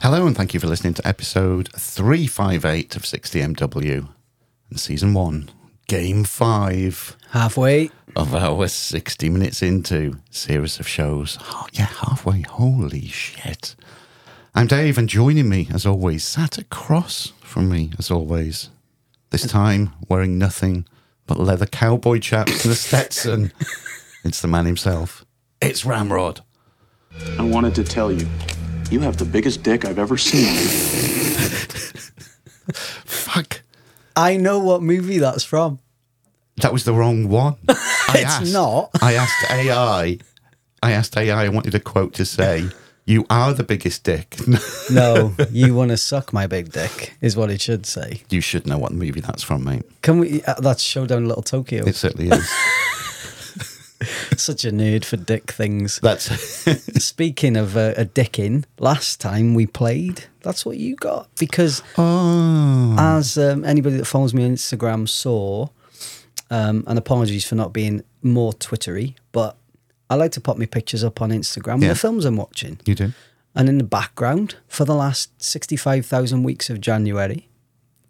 Hello, and thank you for listening to episode 358 of 60MW and season one, game five Halfway. of our 60 minutes into series of shows. Oh, yeah, halfway. Holy shit. I'm Dave, and joining me, as always, sat across from me, as always, this time wearing nothing but leather cowboy chaps and a Stetson. it's the man himself. It's Ramrod. I wanted to tell you, you have the biggest dick I've ever seen. Fuck. I know what movie that's from. That was the wrong one. I It's not. I asked AI. I asked AI. I wanted a quote to say, "You are the biggest dick." No, you want to suck my big dick is what it should say. you should know what movie that's from, mate. Can we? Uh, that's Showdown in Little Tokyo. It certainly is. Such a nerd for dick things. that's Speaking of uh, a dick in, last time we played, that's what you got because oh, as um, anybody that follows me on Instagram saw, um, and apologies for not being more twittery, but I like to pop my pictures up on Instagram with Yeah. the films I'm watching. you do. And in the background, for the last 65,000 weeks of January,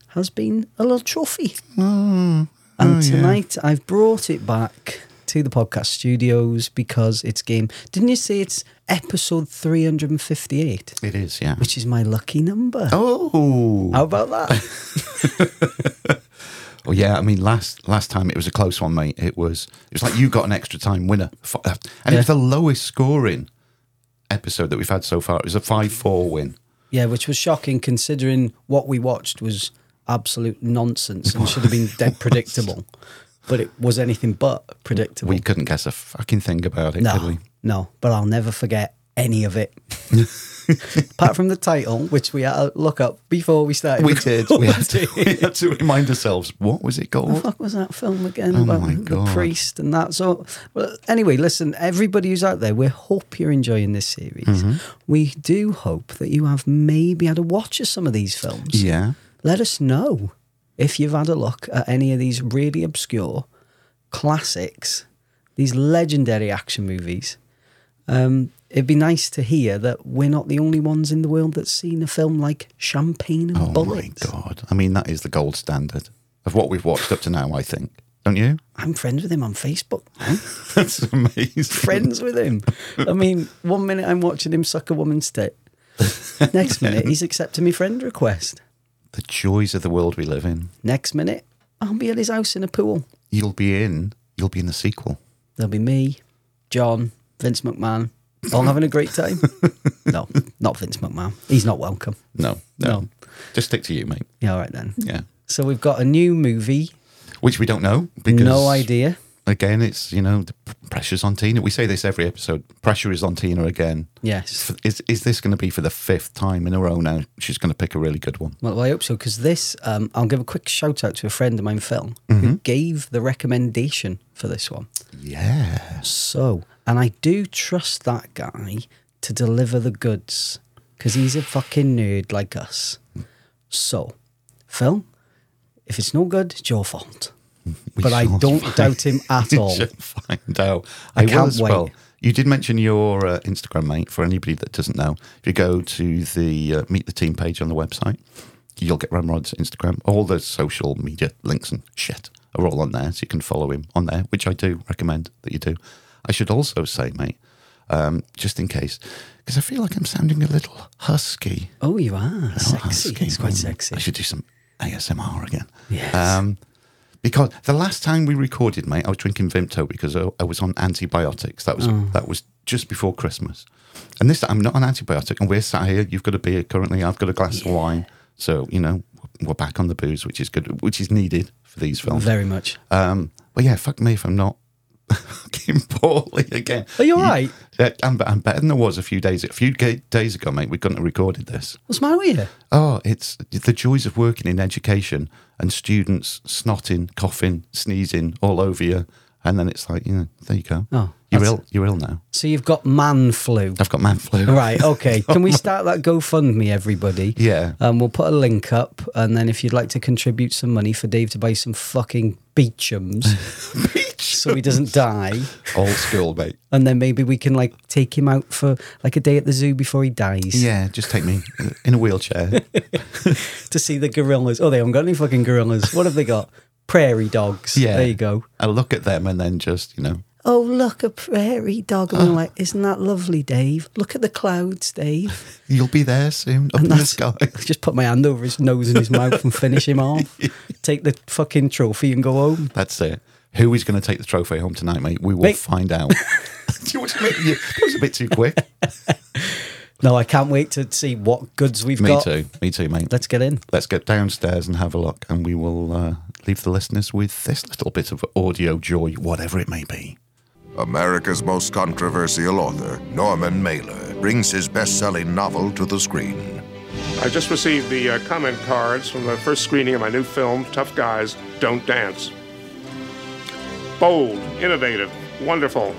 has been a little trophy. Mm. and tonight I've brought it back to the podcast studios because it's game. Didn't you say it's episode 358, It is, yeah. which is my lucky number? Oh, How about that? oh, yeah. I mean, last last time it was a close one, mate. It was. It was like you got an extra time winner, F- uh, and it was the lowest scoring episode that we've had so far. It was a five-four win. yeah, which was shocking considering what we watched was absolute nonsense and should have been dead predictable. But it was anything but predictable. We couldn't guess a fucking thing about it, could No, we? no, but I'll never forget any of it. Apart from the title, which we had to look up before we started. We recording. did. We had, to, we had to remind ourselves what was it called? What was that film again Oh about my the God. priest and that? So, well, anyway, listen, everybody who's out there, we hope you're enjoying this series. Mm-hmm. We do hope that you have maybe had a watch of some of these films. Yeah. Let us know if you've had a look at any of these really obscure classics, these legendary action movies. Um, it'd be nice to hear that we're not the only ones in the world that's seen a film like Champagne and Oh Bullets. my god. I mean, that is the gold standard of what we've watched up to now. I think, don't you? I'm friends with him on Facebook. That's amazing. friends with him. I mean, one minute I'm watching him suck a woman's tit. Next minute, he's accepting me friend request. The joys of the world we live in. Next minute, I'll be at his house in a pool. You'll be in. You'll be in the sequel. There'll be me, John, Vince McMahon, all having a great time. No, not Vince McMahon. He's not welcome. No, no. No. Just stick to you, mate. Yeah, all right then. Yeah. So we've got a new movie. Which we don't know because no idea. Again, it's you know the p- pressure's on Tina. We say this every episode. Pressure is on Tina again. Yes. Is is this going to be for the fifth time in a row now? She's going to pick a really good one. Well, I hope so because this. Um, I'll give a quick shout out to a friend of mine, Phil, who gave the recommendation for this one. Yeah. So, and I do trust that guy to deliver the goods because he's a fucking nerd like us. So, Phil, if it's no good, it's your fault. We but I shall don't doubt him at We all. shall find out. I, will can't as well. wait. You did mention your uh, Instagram, mate. For anybody that doesn't know, if you go to the uh, Meet the Team page on the website, you'll get Ramrod's Instagram. All the social media links and shit are all on there, so you can follow him on there, which I do recommend that you do. I should also say, mate, um, just in case, because I feel like I'm sounding a little husky. Oh, you are sexy. Husky. It's quite Mm. sexy. I should do some ASMR again. Yes. Um, because the last time we recorded, mate, I was drinking Vimto because I, I was on antibiotics. That was Oh. that was just before Christmas, and this time I'm not on antibiotic, and we're sat here. You've got a beer currently. I've got a glass of wine. So you know we're back on the booze, which is good, which is needed for these films. Very much. Um, but yeah, fuck me if I'm not fucking poorly again. Are you all right? Yeah, I'm, I'm better than I was a few days a few ga- days ago, mate. We couldn't have recorded this. What's the matter with you? Oh, it's the joys of working in education and students snotting, coughing, sneezing all over you. And then it's like, you know, there you go. Oh, you're that's- ill. You're ill now. So you've got man flu. I've got man flu. Right, okay. Can we start that GoFundMe, everybody? Yeah. Um, we'll put a link up, and then if you'd like to contribute some money for Dave to buy some fucking Beecham's so he doesn't die. Old school, mate. And then maybe we can like take him out for like a day at the zoo before he dies Yeah, just take me in a wheelchair. to see the gorillas. Oh, they haven't got any fucking gorillas. What have they got? Prairie dogs. Yeah. There you go. I look at them and then just, you know, Oh, look, a prairie dog. And I'm like, isn't that lovely, Dave? Look at the clouds, Dave. you'll be there soon up in the sky. Just put my hand over his nose and his mouth and finish him off. Take the fucking trophy and go home. That's it. Who is going to take the trophy home tonight, mate? We will Mate. find out. Do you know what I mean? Yeah, That was a bit too quick. No, I can't wait to see what goods we've Me got. too. Me too, mate. Let's get in. Let's get downstairs and have a look, and we will uh, leave the listeners with this little bit of audio joy, whatever it may be. America's most controversial author, Norman Mailer, brings his best selling novel to the screen. I just received the uh, comment cards from the first screening of my new film, Tough Guys Don't Dance. Bold, innovative, wonderful.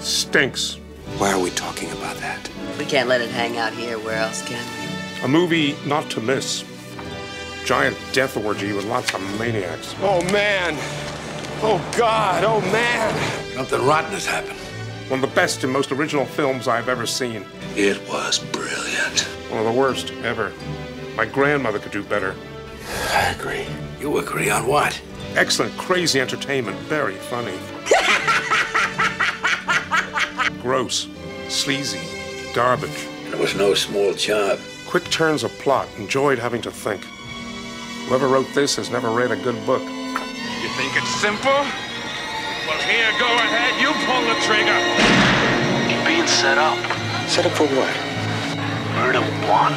Stinks. Why are we talking about that? We can't let it hang out here. Where else can we? A movie not to miss. Giant death orgy with lots of maniacs. Oh man! Oh God! Oh man! Something rotten has happened. One of the best and most original films I've ever seen. It was brilliant. One of the worst ever. My grandmother could do better. I agree. You agree on what? Excellent, crazy entertainment, very funny. Gross, sleazy, garbage. It was no small job. Quick turns of plot, enjoyed having to think. Whoever wrote this has never read a good book. You think it's simple? Well, here, go ahead. You pull the trigger. You're being set up. Set up for what? Murder one.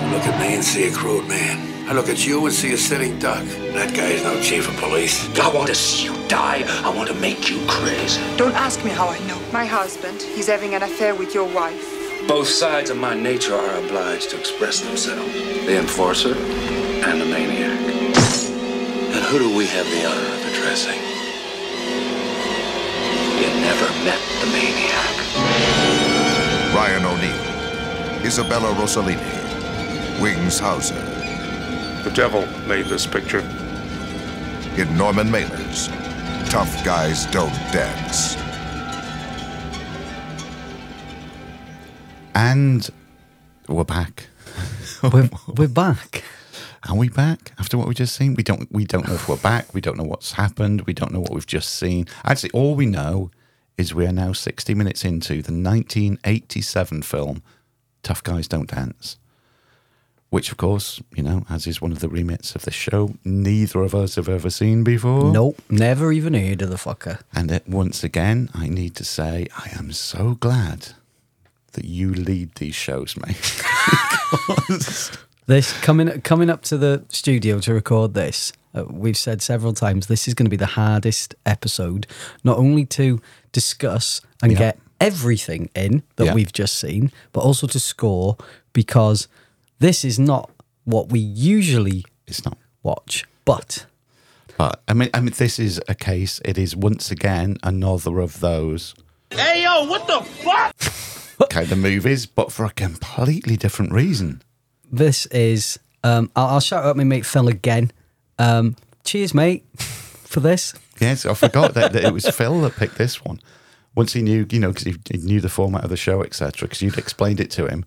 I look at me and see a crude man. I look at you and see a sitting duck. That guy is no chief of police. I want to see you die. I want to make you crazy. Don't ask me how I know. My husband, he's having an affair with your wife. Both sides of my nature are obliged to express themselves the enforcer and the maniac. And who do we have the honor of addressing? You never met the maniac. Ryan O'Neill, Isabella Rossellini, Wings Hauser, The devil made this picture. in Norman Mailer's Tough Guys Don't Dance. And we're back. We're, we're back. Are we back after what we just seen? We don't. We don't know if we're back. We don't know what's happened. We don't know what we've just seen. Actually, all we know is we are now sixty minutes into the 1987 film "Tough Guys Don't Dance," which, of course, you know, as is one of the remits of the show, neither of us have ever seen before. Nope. Never even heard of the fucker. And it, once again, I need to say I am so glad that you lead these shows, mate. This coming coming up to the studio to record this. Uh, we've said several times this is going to be the hardest episode, not only to discuss and Yeah. get everything in that Yeah. we've just seen, but also to score because this is not what we usually it's not. watch. But But I mean, I mean, this is a case. It is once again another of those Hey, yo, what the fuck? kind of movies, but for a completely different reason. this is um, I'll, I'll shout out my mate Phil again. Um, cheers, mate, for this. Yes, I forgot that, that it was Phil that picked this one. Once he knew, you know, because he, he knew the format of the show, etc. Because you'd explained it to him,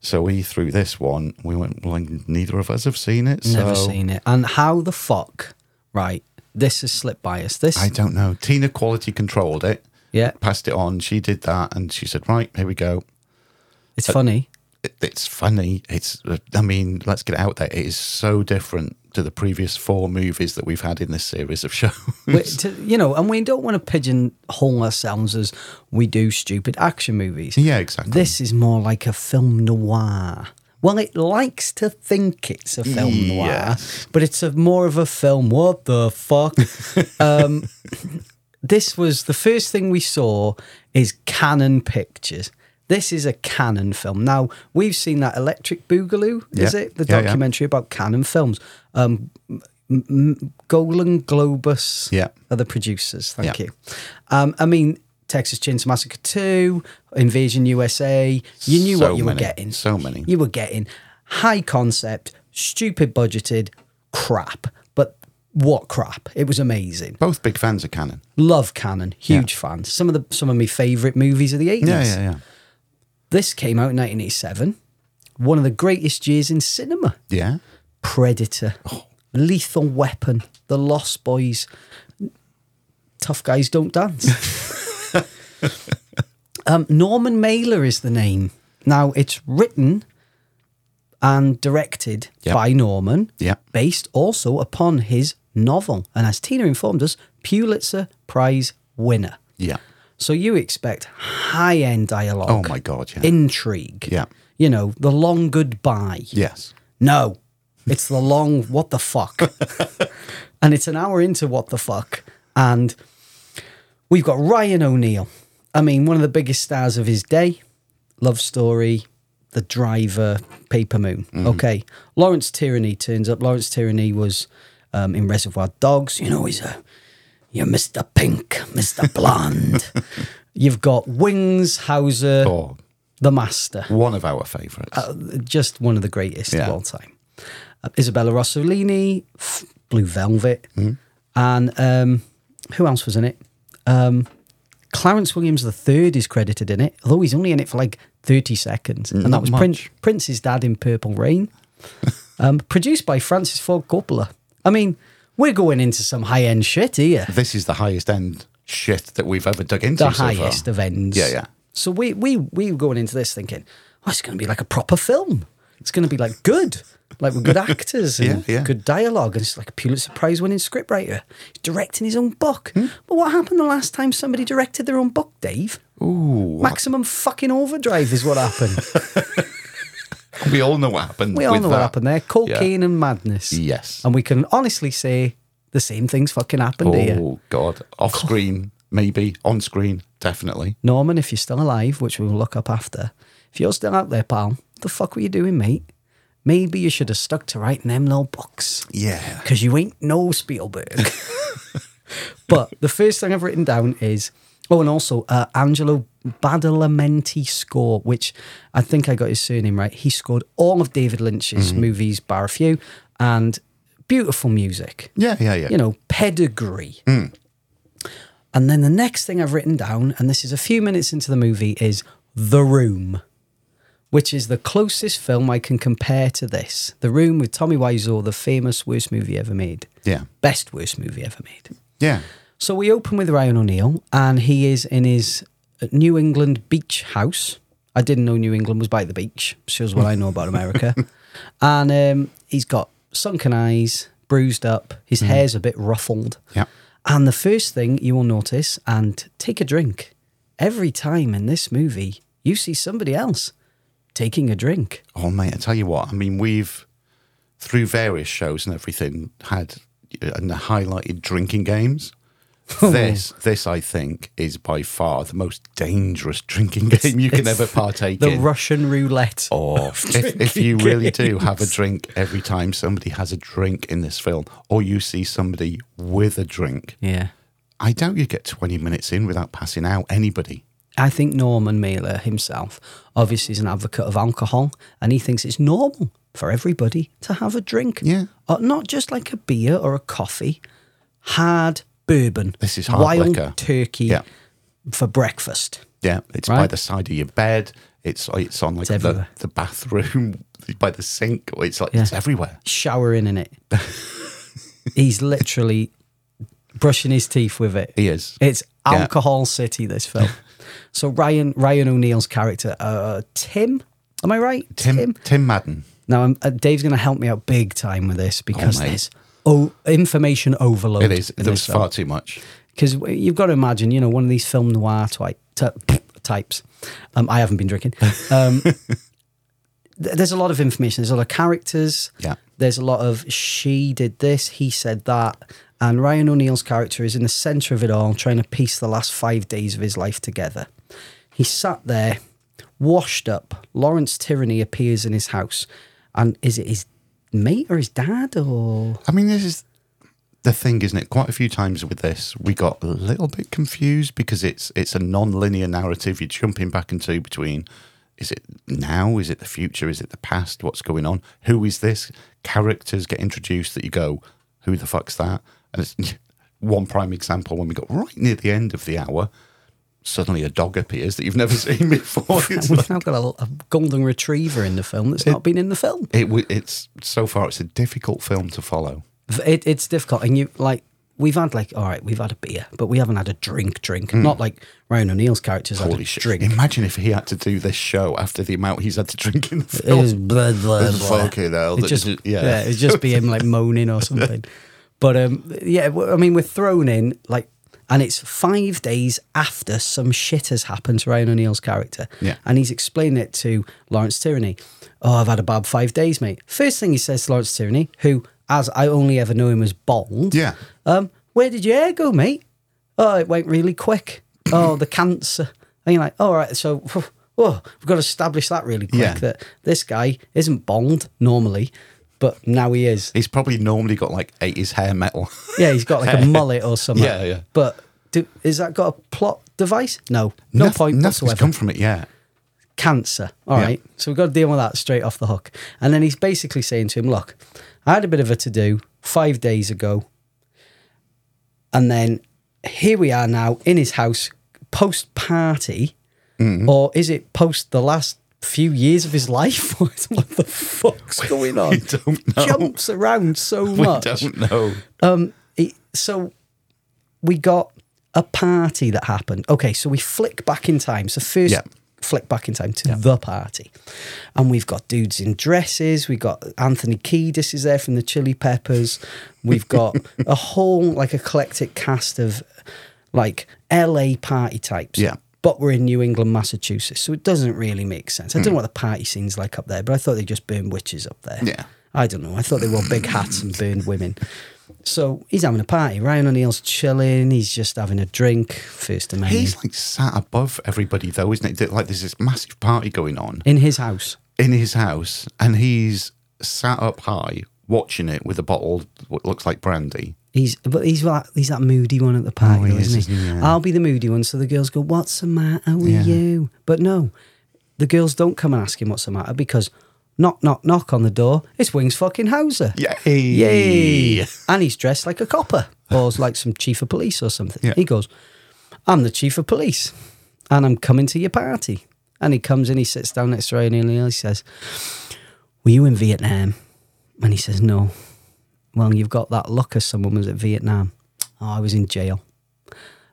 so he threw this one. We went, well, neither of us have seen it. So Never seen it. And how the fuck, right? This has slipped by us. This I don't know. Tina quality controlled it. Yeah. Passed it on. She did that and she said, right, here we go. Uh, it's funny. It, it's funny. It's, I mean, let's get it out there. It is so different to the previous four movies that we've had in this series of shows. We- to- you know, and we don't want to pigeonhole ourselves as we do stupid action movies. yeah, exactly. This is more like a film noir. Well, it likes to think it's a film noir, but it's a more of a film. What the fuck? um, this was the first thing we saw is Canon Pictures. This is a Canon film. Now we've seen that Electric Boogaloo, is Yeah. it the Yeah, yeah. documentary about Canon films? Um, m- m- Golan Globus Yeah. are the producers. Thank Yeah. you. Um, I mean, Texas Chainsaw Massacre 2, Invasion USA. You knew So what you were many. getting. So many. You were getting high concept, stupid budgeted, crap, but what crap? It was amazing. Both big fans of Cannon. Love Cannon, huge fans. Some of the some of my favourite movies of the eighties. Yeah, yeah, yeah. This came out in 1987, one of the greatest years in cinema. Yeah. Predator, Lethal Weapon, The Lost Boys, Tough Guys Don't Dance. um, Norman Mailer is the name. Now, it's written and directed Yep. by Norman, Yeah. based also upon his novel. And as Tina informed us, Pulitzer Prize winner. Yeah. So you expect high end dialogue. Oh my God, yeah. Intrigue. Yeah. You know, the long goodbye. Yes. No, it's the long what the fuck. and it's an hour into what the fuck. And we've got Ryan O'Neill. I mean, one of the biggest stars of his day. Love story, The Driver, Paper Moon. Okay. Lawrence Tierney turns up. Lawrence Tierney was um, in Reservoir Dogs. You know, he's a. You're Mr. Pink, Mr. Blonde. You've got Wings, Hauser, Oh, the Master one of our favourites. Uh, just one of the greatest Yeah. of all time. Uh, Isabella Rossellini, f- Blue Velvet, Mm-hmm. and um, who else was in it? Um, Clarence Williams III is credited in it, although he's only in it for like 30 seconds. and that not was Prin- much. Prince's dad in Purple Rain, um, produced by Francis Ford Coppola. I mean, we're going into some high end shit here this is the highest end shit that we've ever dug into. the so far. highest of ends. Yeah, yeah. So we we we were going into this thinking, oh, it's going to be like a proper film. It's going to be like good, like with good actors and Yeah, yeah. good dialogue, and it's like a Pulitzer Prize winning scriptwriter He's directing his own book. Hmm? But what happened the last time somebody directed their own book, Dave? Ooh, maximum fucking overdrive is what happened. We all know what happened. we all with know that. what happened there: cocaine and madness. Yes. and we can honestly say the same things fucking happened here. Oh God! Off screen, maybe. On screen, definitely. Norman, if you're still alive, which we'll look up after, if you're still out there, pal, what the fuck were you doing, mate? Maybe you should have stuck to writing them little books Yeah. because you ain't no Spielberg. but the first thing I've written down is oh, and also uh, Angelo Badalamenti score, which I think I got his surname right. He scored all of David Lynch's movies, bar a few, and beautiful music Yeah, yeah, yeah. you know, pedigree. And then the next thing I've written down, and this is a few minutes into the movie, is The Room, which is the closest film I can compare to this. The Room with Tommy Wiseau, the famous worst movie ever made. Yeah. Best worst movie ever made. Yeah. So we open with Ryan O'Neill, and he is in his uh, New England beach house. I didn't know New England was by the beach. Shows what I know about America. and um, he's got sunken eyes, bruised up. His hair's a bit ruffled. Mm-hmm. Yeah. And the first thing you will notice, and take a drink. Every time in this movie, you see somebody else taking a drink. Oh mate, I tell you what. I mean, we've through various shows and everything had uh, and highlighted drinking games. Oh. this, this, I think, is by far the most dangerous drinking game you can It's ever partake The in. Russian roulette. or if, if you really do have a drink every time somebody has a drink in this film, or you see somebody with a drink, Yeah. I doubt you get 20 minutes in without passing out anybody. I think Norman Mailer himself obviously is an advocate of alcohol and he thinks it's normal for everybody to have a drink. Yeah. Uh, not just like a beer or a coffee, hard bourbon. This is hard wild liquor. turkey Yeah. for breakfast. Yeah, it's by Right. the side of your bed. It's it's on like It's the, everywhere. the bathroom by the sink. or It's like it's everywhere. Showering in it. He's literally brushing his teeth with it. He is. It's Yeah. alcohol city, this film. so Ryan Ryan O'Neill's character, uh, Tim, am I right? Tim, Tim Madden. Now, I'm, uh, Dave's going to help me out big time with this because mate. there's oh information overload. It is. in There was this far too much. because you've got to imagine, you know, one of these film noir twi- t- types. Um, I haven't been drinking. Um, th- there's a lot of information. There's a lot of characters. Yeah. There's a lot of she did this, he said that, and Ryan O'Neill's character is in the center of it all, trying to piece the last five days of his life together. He sat there, washed up. Lawrence Tyranny appears in his house, and is it his mate or his dad or? I mean, this is the thing, isn't it? Quite a few times with this, we got a little bit confused because it's it's a non-linear narrative. You're jumping back and to between Is it now? Is it the future? Is it the past? What's going on? Who is this? Characters get introduced that you go, who the fuck's that? And it's one prime example when we got right near the end of the hour, suddenly a dog appears that you've never seen before. It's We've like- now got a, a golden retriever in the film that's not been in the film. it, w- it's so far, it's a difficult film to follow. It, it's difficult, and you like we've had like all right, we've had a beer, but we haven't had a drink, drink. Not like Ryan O'Neill's characters had Hmm. Holy a shit. drink. Imagine if he had to do this show after the amount he's had to drink in the It film. was blah blah It's blah. fucking hell. It just, It's- yeah. yeah. it'd just be him like moaning or something. But um, yeah, w- I mean, we're thrown in like, and it's five days after some shit has happened to Ryan O'Neill's character. Yeah. and he's explaining it to Lawrence Tierney. Oh, I've had a bad five days, mate. First thing he says to Lawrence Tierney, who, as I only ever knew him as bald. Yeah. Um, where did your hair go, mate? Oh, it went really quick. Oh, the cancer. And you're like, all right, so whoa, we've got to establish that really quick Yeah. that this guy isn't Bond normally, but now he is. He's probably normally got like 80s hair metal. Yeah, he's got like a mullet or something. Yeah, yeah. But do, is that got a plot device? No, no Noth- point Nothing's whatsoever come from it yet. cancer. all right. Yeah. So we've got to deal with that straight off the hook. And then he's basically saying to him, Look, I had a bit of a to do five days ago. And then here we are now in his house post party. Mm-hmm. Or is it post the last few years of his life? what the fuck's going on? don't know. Jumps around so We Oh, much. don't know. It- so we got a party that happened. Okay, so we flick back in time. So first Yeah. flick back in time to the party. And we've got dudes in dresses. We've got Anthony Kiedis is there from the Chili Peppers. We've got a whole like eclectic cast of like LA party types. Yeah. But we're in New England, Massachusetts. So it doesn't really make sense. I Hmm. don't know what the party scene's like up there, but I thought they just burned witches up there. Yeah. I don't know. I thought they wore big hats and burned women. So he's having a party. Ryan O'Neill's chilling. He's just having a drink. First Amendment. He's like sat above everybody though, isn't it? Like there's this massive party going on in his house. in his house, and he's sat up high watching it with a bottle of what looks like brandy. He's but he's that he's that moody one at the party, Oh, he though, is, isn't he? isn't he? Yeah. I'll be the moody one. So the girls go, "What's the matter with you?" But no, the girls don't come and ask him what's the matter because knock, knock, knock on the door. It's Wings fucking Hauser. Yay! Yay! And he's dressed like a copper or like some chief of police or something. Yeah. He goes, I'm the chief of police and I'm coming to your party. And he comes in, he sits down next to Ryan O'Neill. He says, Were you in Vietnam? And he says, No. Well, you've got that look as someone was at Vietnam. Oh, I was in jail.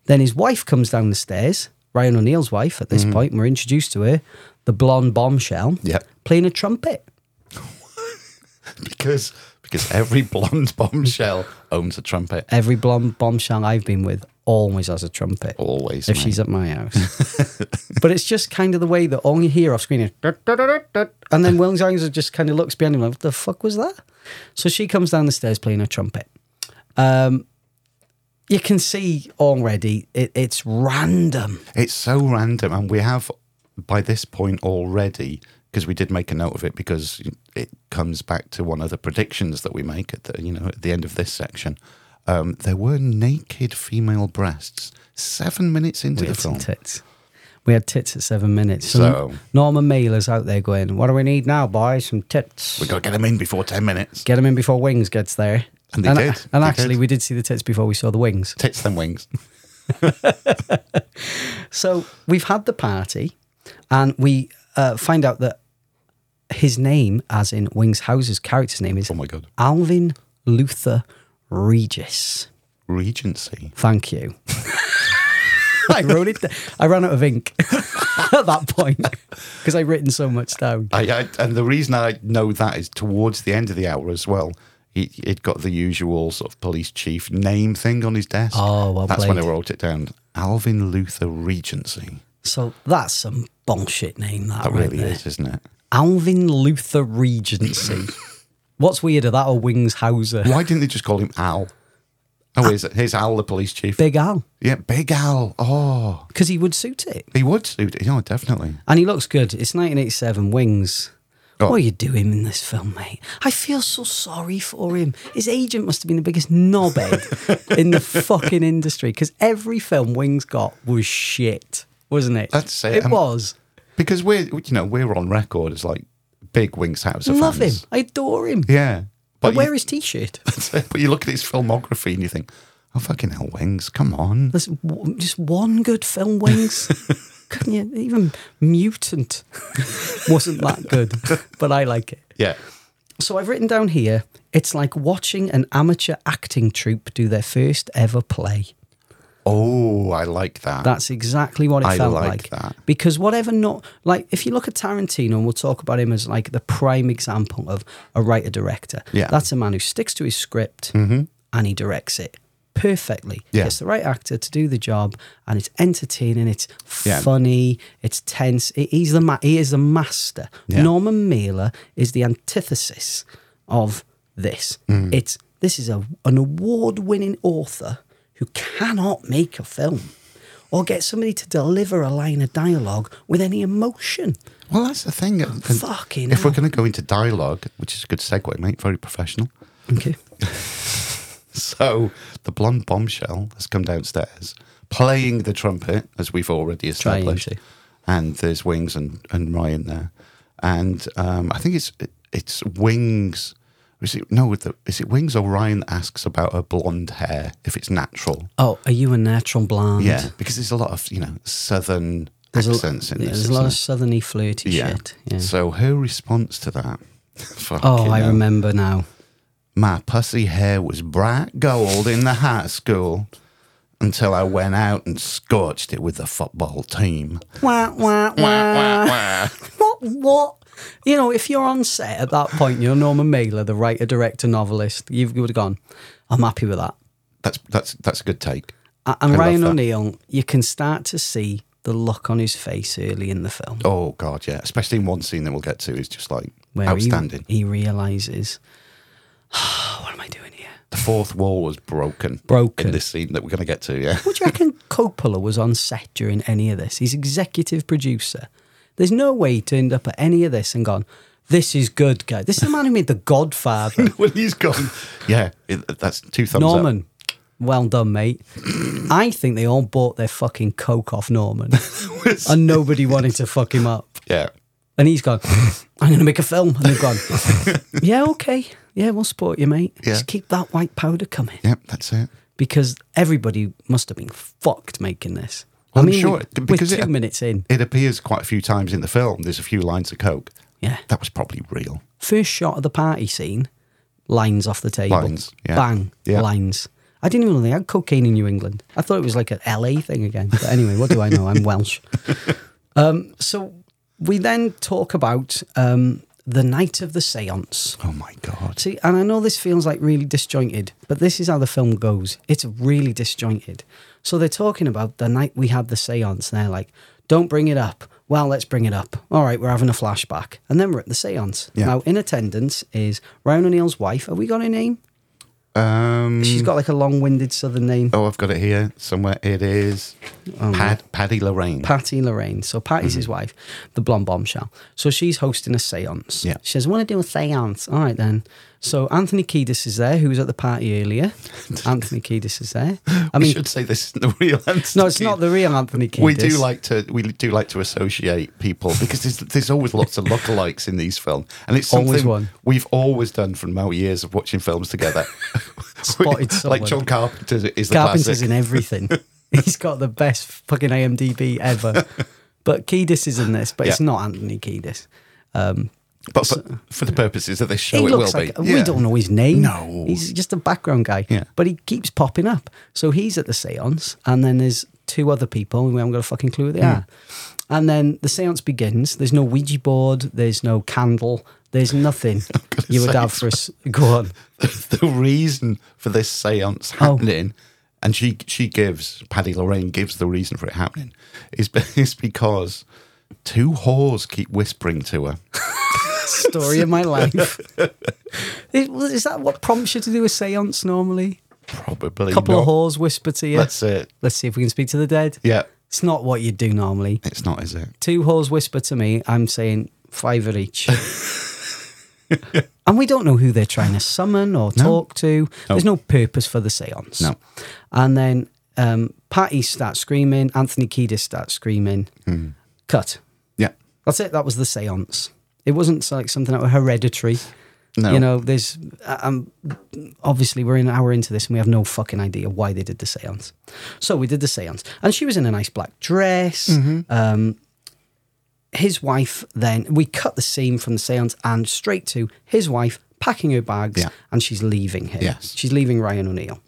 Then his wife comes down the stairs, Ryan O'Neill's wife at this point, and we're introduced to her, the blonde bombshell, Yep. playing a trumpet. Because because every blonde bombshell owns a trumpet. Every blonde bombshell I've been with always has a trumpet. Always. If mate. she's at my house. but it's just kind of the way that all you hear off screen is. "Dut, dut, dut, dut," And then Will's Angel just kind of looks behind him like, what the fuck was that? So she comes down the stairs playing her trumpet. Um, you can see already it, it's random. It's so random, and we have by this point already because we did make a note of it because it comes back to one of the predictions that we make at the you know at the end of this section. Um, there were naked female breasts seven minutes into We the had some film. tits. We had tits at seven minutes. So, So- Norman Mailer's out there going, what do we need now, boys? Some tits. We got to get them in before ten minutes. Get him in before Wings gets there. And they and, did. and They actually, did. we did see the tits before we saw the Wings. Tits them wings. So we've had the party, and we uh, find out that his name, as in Wings House's character's name, is Oh my god. Alvin Luther Regis. Regency. Thank you. I wrote it. Down. I ran out of ink at that point because I'd written so much down. I, I, and the reason I know that is towards the end of the hour as well. He, he'd got the usual sort of police chief name thing on his desk. Oh, well That's when I played. wrote it down. Alvin Luther Regency. So that's some bullshit name. That, That right really there. is, isn't it? Alvin Luther Regency. What's weirder, that or Wings Hauser? Why didn't they just call him Al? Oh, here's, here's Al, the police chief. Ah. Big Al, yeah, Big Al. Oh, because he would suit it. he would suit. Oh, definitely. And he looks good. It's 1987 Wings. Oh. What are you doing in this film, mate? I feel so sorry for him. His agent must have been the biggest knobhead in the fucking industry because every film Wings got was shit, wasn't it? That's it. It Um, was. because we're you know we're on record as like big Wings House fans. Love him. I adore him. Yeah, But I you- wear his t-shirt. but you look at his filmography and you think, oh fucking hell, Wings, come on. There's w- just one good film, Wings. Couldn't you? Even Mutant wasn't that good, but I like it. Yeah, So I've written down here it's like watching an amateur acting troupe do their first ever play. Oh, I like that. That's exactly what it I felt like like. that. Because whatever not like if you look at Tarantino and we'll talk about him as like the prime example of a writer director. Yeah. Mm-hmm. That's a man who sticks to his script and he directs it perfectly. Yeah. It's the right actor to do the job and it's entertaining, it's Yeah. funny, it's tense. He- He's the ma- he is the master. Yeah. Norman Mailer is the antithesis of this. Mm. It's this is a an award-winning author who cannot make a film or get somebody to deliver a line of dialogue with any emotion. well, that's the thing. And Fucking If we're hell. going to go into dialogue, which is a good segue, mate, very professional. Okay. So the blonde bombshell has come downstairs playing the trumpet, as we've already Trying established. to. And there's Wings and, and Ryan there. And um, I think it's it's Wings. Is it, no, with the, is it Wings or Ryan that asks about her blonde hair, if it's natural? Oh, are you a natural blonde? Yeah, because there's a lot of, you know, southern There's a, accents in yeah, this. there's a isn't lot of there? southerny flirty shit. Yeah. So her response to that. oh, fucking I hell. remember now. My pussy hair was bright gold in the high school until I went out and scorched it with the football team. Wah, wah, wah. What? What? You know, if you're on set at that point, you're Norman Mailer, the writer, director, novelist. You would have gone, I'm happy with that. That's that's that's a good take. A- And I love Ryan that. O'Neill, you can start to see the look on his face early in the film. Oh god, yeah. Especially in one scene that we'll get to is just like he- outstanding. He, realizes, what am I doing here? the fourth wall was broken. Broken. in this scene that we're gonna get to, yeah. What do you reckon Coppola was on set during any of this? He's executive producer. There's no way he turned up at any of this and gone, this is good, guy. This is the man who made The Godfather. well he's gone. Yeah, it, that's two thumbs up. Norman, well done, mate. I think they all bought their fucking coke off Norman, and nobody wanted to fuck him up. Yeah. And he's gone, I'm going to make a film. And they've gone, yeah, okay. Yeah, we'll support you, mate. Yeah. Just keep that white powder coming. Yep, that's it. Because everybody must have been fucked making this. Well, I I'm mean, sure, we- we're because two it- minutes in. It appears quite a few times in the film. There's a few lines of coke. Yeah. That was probably real. First shot of the party scene, lines off the table. Lines, yeah. Bang, Yeah. lines. I didn't even know they had cocaine in New England. I thought it was like an LA thing again. But anyway, what do I know? I'm Welsh. Um, so we then talk about um, the night of the seance. Oh my god. See, and I know this feels like really disjointed, but this is how the film goes. It's really disjointed. So they're talking about the night we had the seance, and they're like, don't bring it up. Well, let's bring it up. All right, we're having a flashback. And then we're at the seance. Yeah. Now, in attendance is Ryan O'Neill's wife. Have we got her name? Um She's got like a long winded southern name. Oh, I've got it here somewhere. It is Oh Pad, Paddy Lorraine. Patty Lorraine. So Patty's Mm-hmm. his wife, the blonde bombshell. So she's hosting a seance. Yeah. She says, I want to do a seance. All right then. So Anthony Kiedis is there, who was at the party earlier. Anthony Kiedis is there. I we mean, should say this isn't the real Anthony. no, it's not the real Anthony Kiedis. We do like to we do like to associate people because there's, there's always lots of lookalikes in these films, and it's something Always one. we've always done from our years of watching films together. Spotted like someone. John Carpenter is the Carpenter's classic. in everything. He's got the best fucking IMDb ever. but Kiedis is in this, but it's Yeah. not Anthony Kiedis. but, but for the purposes of this show, he it looks will like be. we don't know his name. No. he's just a background guy. Yeah. but he keeps popping up. So he's at the séance, and then there's two other people, and we haven't got a fucking clue who Hmm. they are. And then the séance begins. There's no Ouija board. There's no candle. There's nothing gonna you would say have for us. Go on. the reason for this seance Oh. happening, and she she gives Paddy Lorraine gives the reason for it happening is be- is because two whores keep whispering to her. Story of my life. is, is that what prompts you to do a séance normally? Probably A couple of not. whores whisper to you. That's it. Let's see if we can speak to the dead. Yeah, It's not what you do normally. it's not, is it? two whores whisper to me, I'm saying five of each. and we don't know who they're trying to summon or talk to. There's no purpose for the seance. No. And then um, Patty starts screaming, Anthony Kiedis starts screaming. Cut. Yeah, That's it. That was the seance. It wasn't like something that was hereditary. No. You know, there's um, obviously we're an hour into this and we have no fucking idea why they did the seance. So we did the seance, and she was in a nice black dress. Mm-hmm. Um, his wife then we cut the scene from the seance and straight to his wife packing her bags Yeah. and she's leaving him. Yes. She's leaving Ryan O'Neill.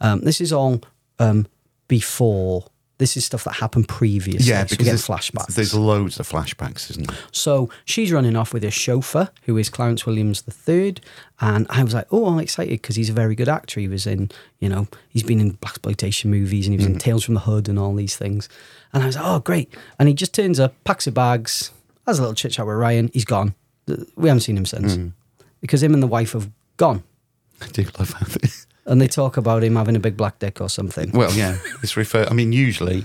Um, this is all um, before. This is stuff that happened previously. Yeah, so because we get there's- flashbacks. There's loads of flashbacks, isn't there? So she's running off with her chauffeur, who is Clarence Williams III. And I was like, oh, I'm excited because he's a very good actor. He was in, you know, he's been in black exploitation movies and he was Mm-hmm. in Tales from the Hood and all these things. And I was like, oh, great. And he just turns up, packs her bags, has a little chit chat with Ryan. He's gone. Th- We haven't seen him since Mm-hmm. because him and the wife have gone. I do love how they, And they talk about him having a big black dick or something. Well, yeah, it's refer. I mean, usually,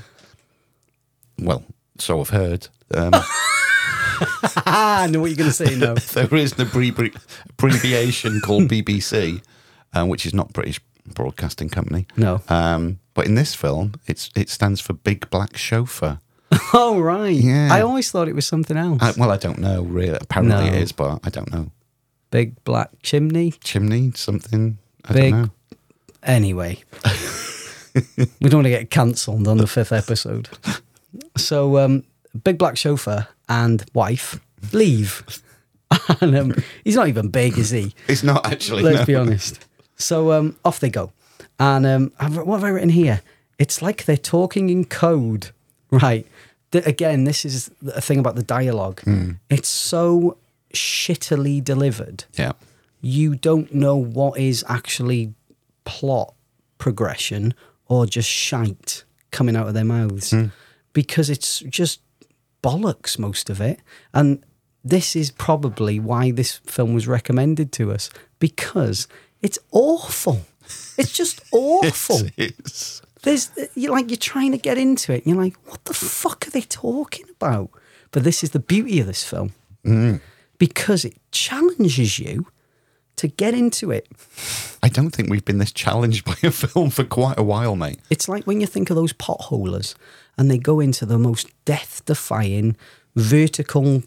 well, so I've heard. Um, ah, I know what you're going to say now. there is an abbrevi- abbreviation Hmm. called BBC, um, which is not British Broadcasting Company. No. Um, but in this film, it's it stands for Big Black Chauffeur. oh, right. Yeah. I always thought it was something else. I, well, I don't know, really. Apparently No. it is, but I don't know. big black chimney. Chimney, something. I Big- don't know. Anyway, we don't want to get cancelled on the fifth episode. So, um, big black chauffeur and wife leave. And um, he's not even big, is he? It's not actually. Let's no. be honest. So, um, off they go. And um, I've, what have I written here? It's like they're talking in code, right? Th- again, this is a thing about the dialogue. It's so shittily delivered Yeah. you don't know what is actually plot progression or just shite coming out of their mouths because it's just bollocks most of it and this is probably why this film was recommended to us because it's awful it's just awful It's, there's you're like you're trying to get into it and you're like what the fuck are they talking about but this is the beauty of this film because it challenges you to get into it I don't think we've been this challenged by a film for quite a while, mate. it's like when you think of those potholers and they go into the most death defying vertical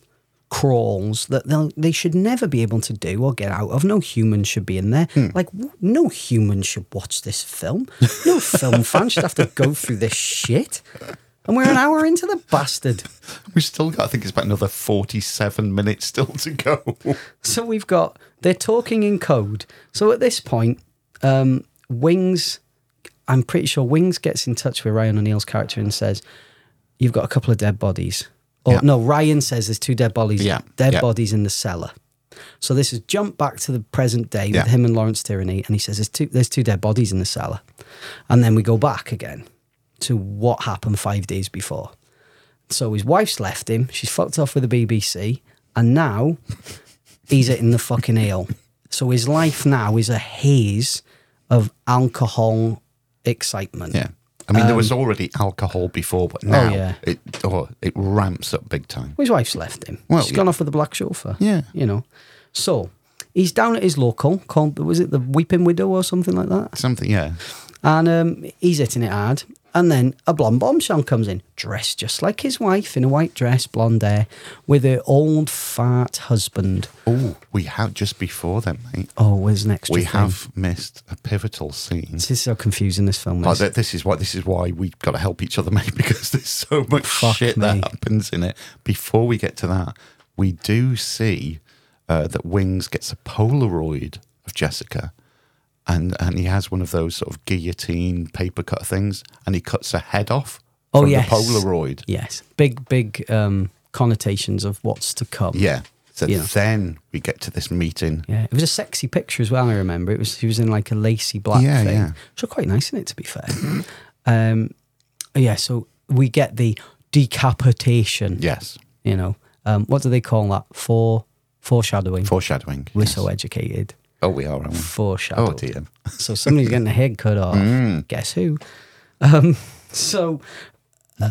crawls that they'll- they should never be able to do or get out of. No human should be in there. Like, w- no human should watch this film. No film fan should have to go through this shit. And we're an hour into the bastard. We've still got, I think it's about another 47 minutes still to go. So we've got they're talking in code. So at this point, um, Wings, I'm pretty sure Wings gets in touch with Ryan O'Neill's character and says, "You've got a couple of dead bodies." Or Yeah. no, Ryan says there's two dead bodies. Yeah, Dead yeah. bodies in the cellar. So this is jump back to the present day Yeah. with him and Lawrence Tyranny, and he says there's two there's two dead bodies in the cellar, and then we go back again to what happened five days before. So his wife's left him. She's fucked off with the BBC, and now he's eating the fucking ale. So his life now is a haze of alcohol excitement. Yeah. I mean, there was already alcohol before, but now yeah. it oh, it ramps up big time. Well, his wife's left him. Well, She's gone off with the black chauffeur. Yeah. You know. So he's down at his local called, was it the Weeping Widow or something like that? Something, yeah. And um, he's hitting it hard. And then a blonde bombshell comes in, dressed just like his wife in a white dress, blonde hair, with her old fat husband. Oh, Oh, we have just before then, mate. Always an extra We thing. have missed a pivotal scene. This is how confusing this film is. Like, th- this is why this is why we've got to help each other, mate, because there's so much Fuck shit me. that happens in it. Before we get to that, we do see uh, that Wings gets a Polaroid of Jessica, and and he has one of those sort of guillotine paper cut things, and he cuts her head off Oh, from yes. the Polaroid. Yes, big, big um, connotations of what's to come. Yeah. So Yeah. then we get to this meeting. yeah. It was a sexy picture as well. I remember it was. He was in like a lacy black Yeah, thing. yeah. Which looked quite nice in it, to be fair. um, yeah. So we get the decapitation. Yes. You know, um, what do they call that? For foreshadowing. Foreshadowing. We're yes. so educated. Oh, we are. aren't we? Foreshadowing. Oh, dear. Mm. So somebody's getting a head cut off. Guess who? Um, so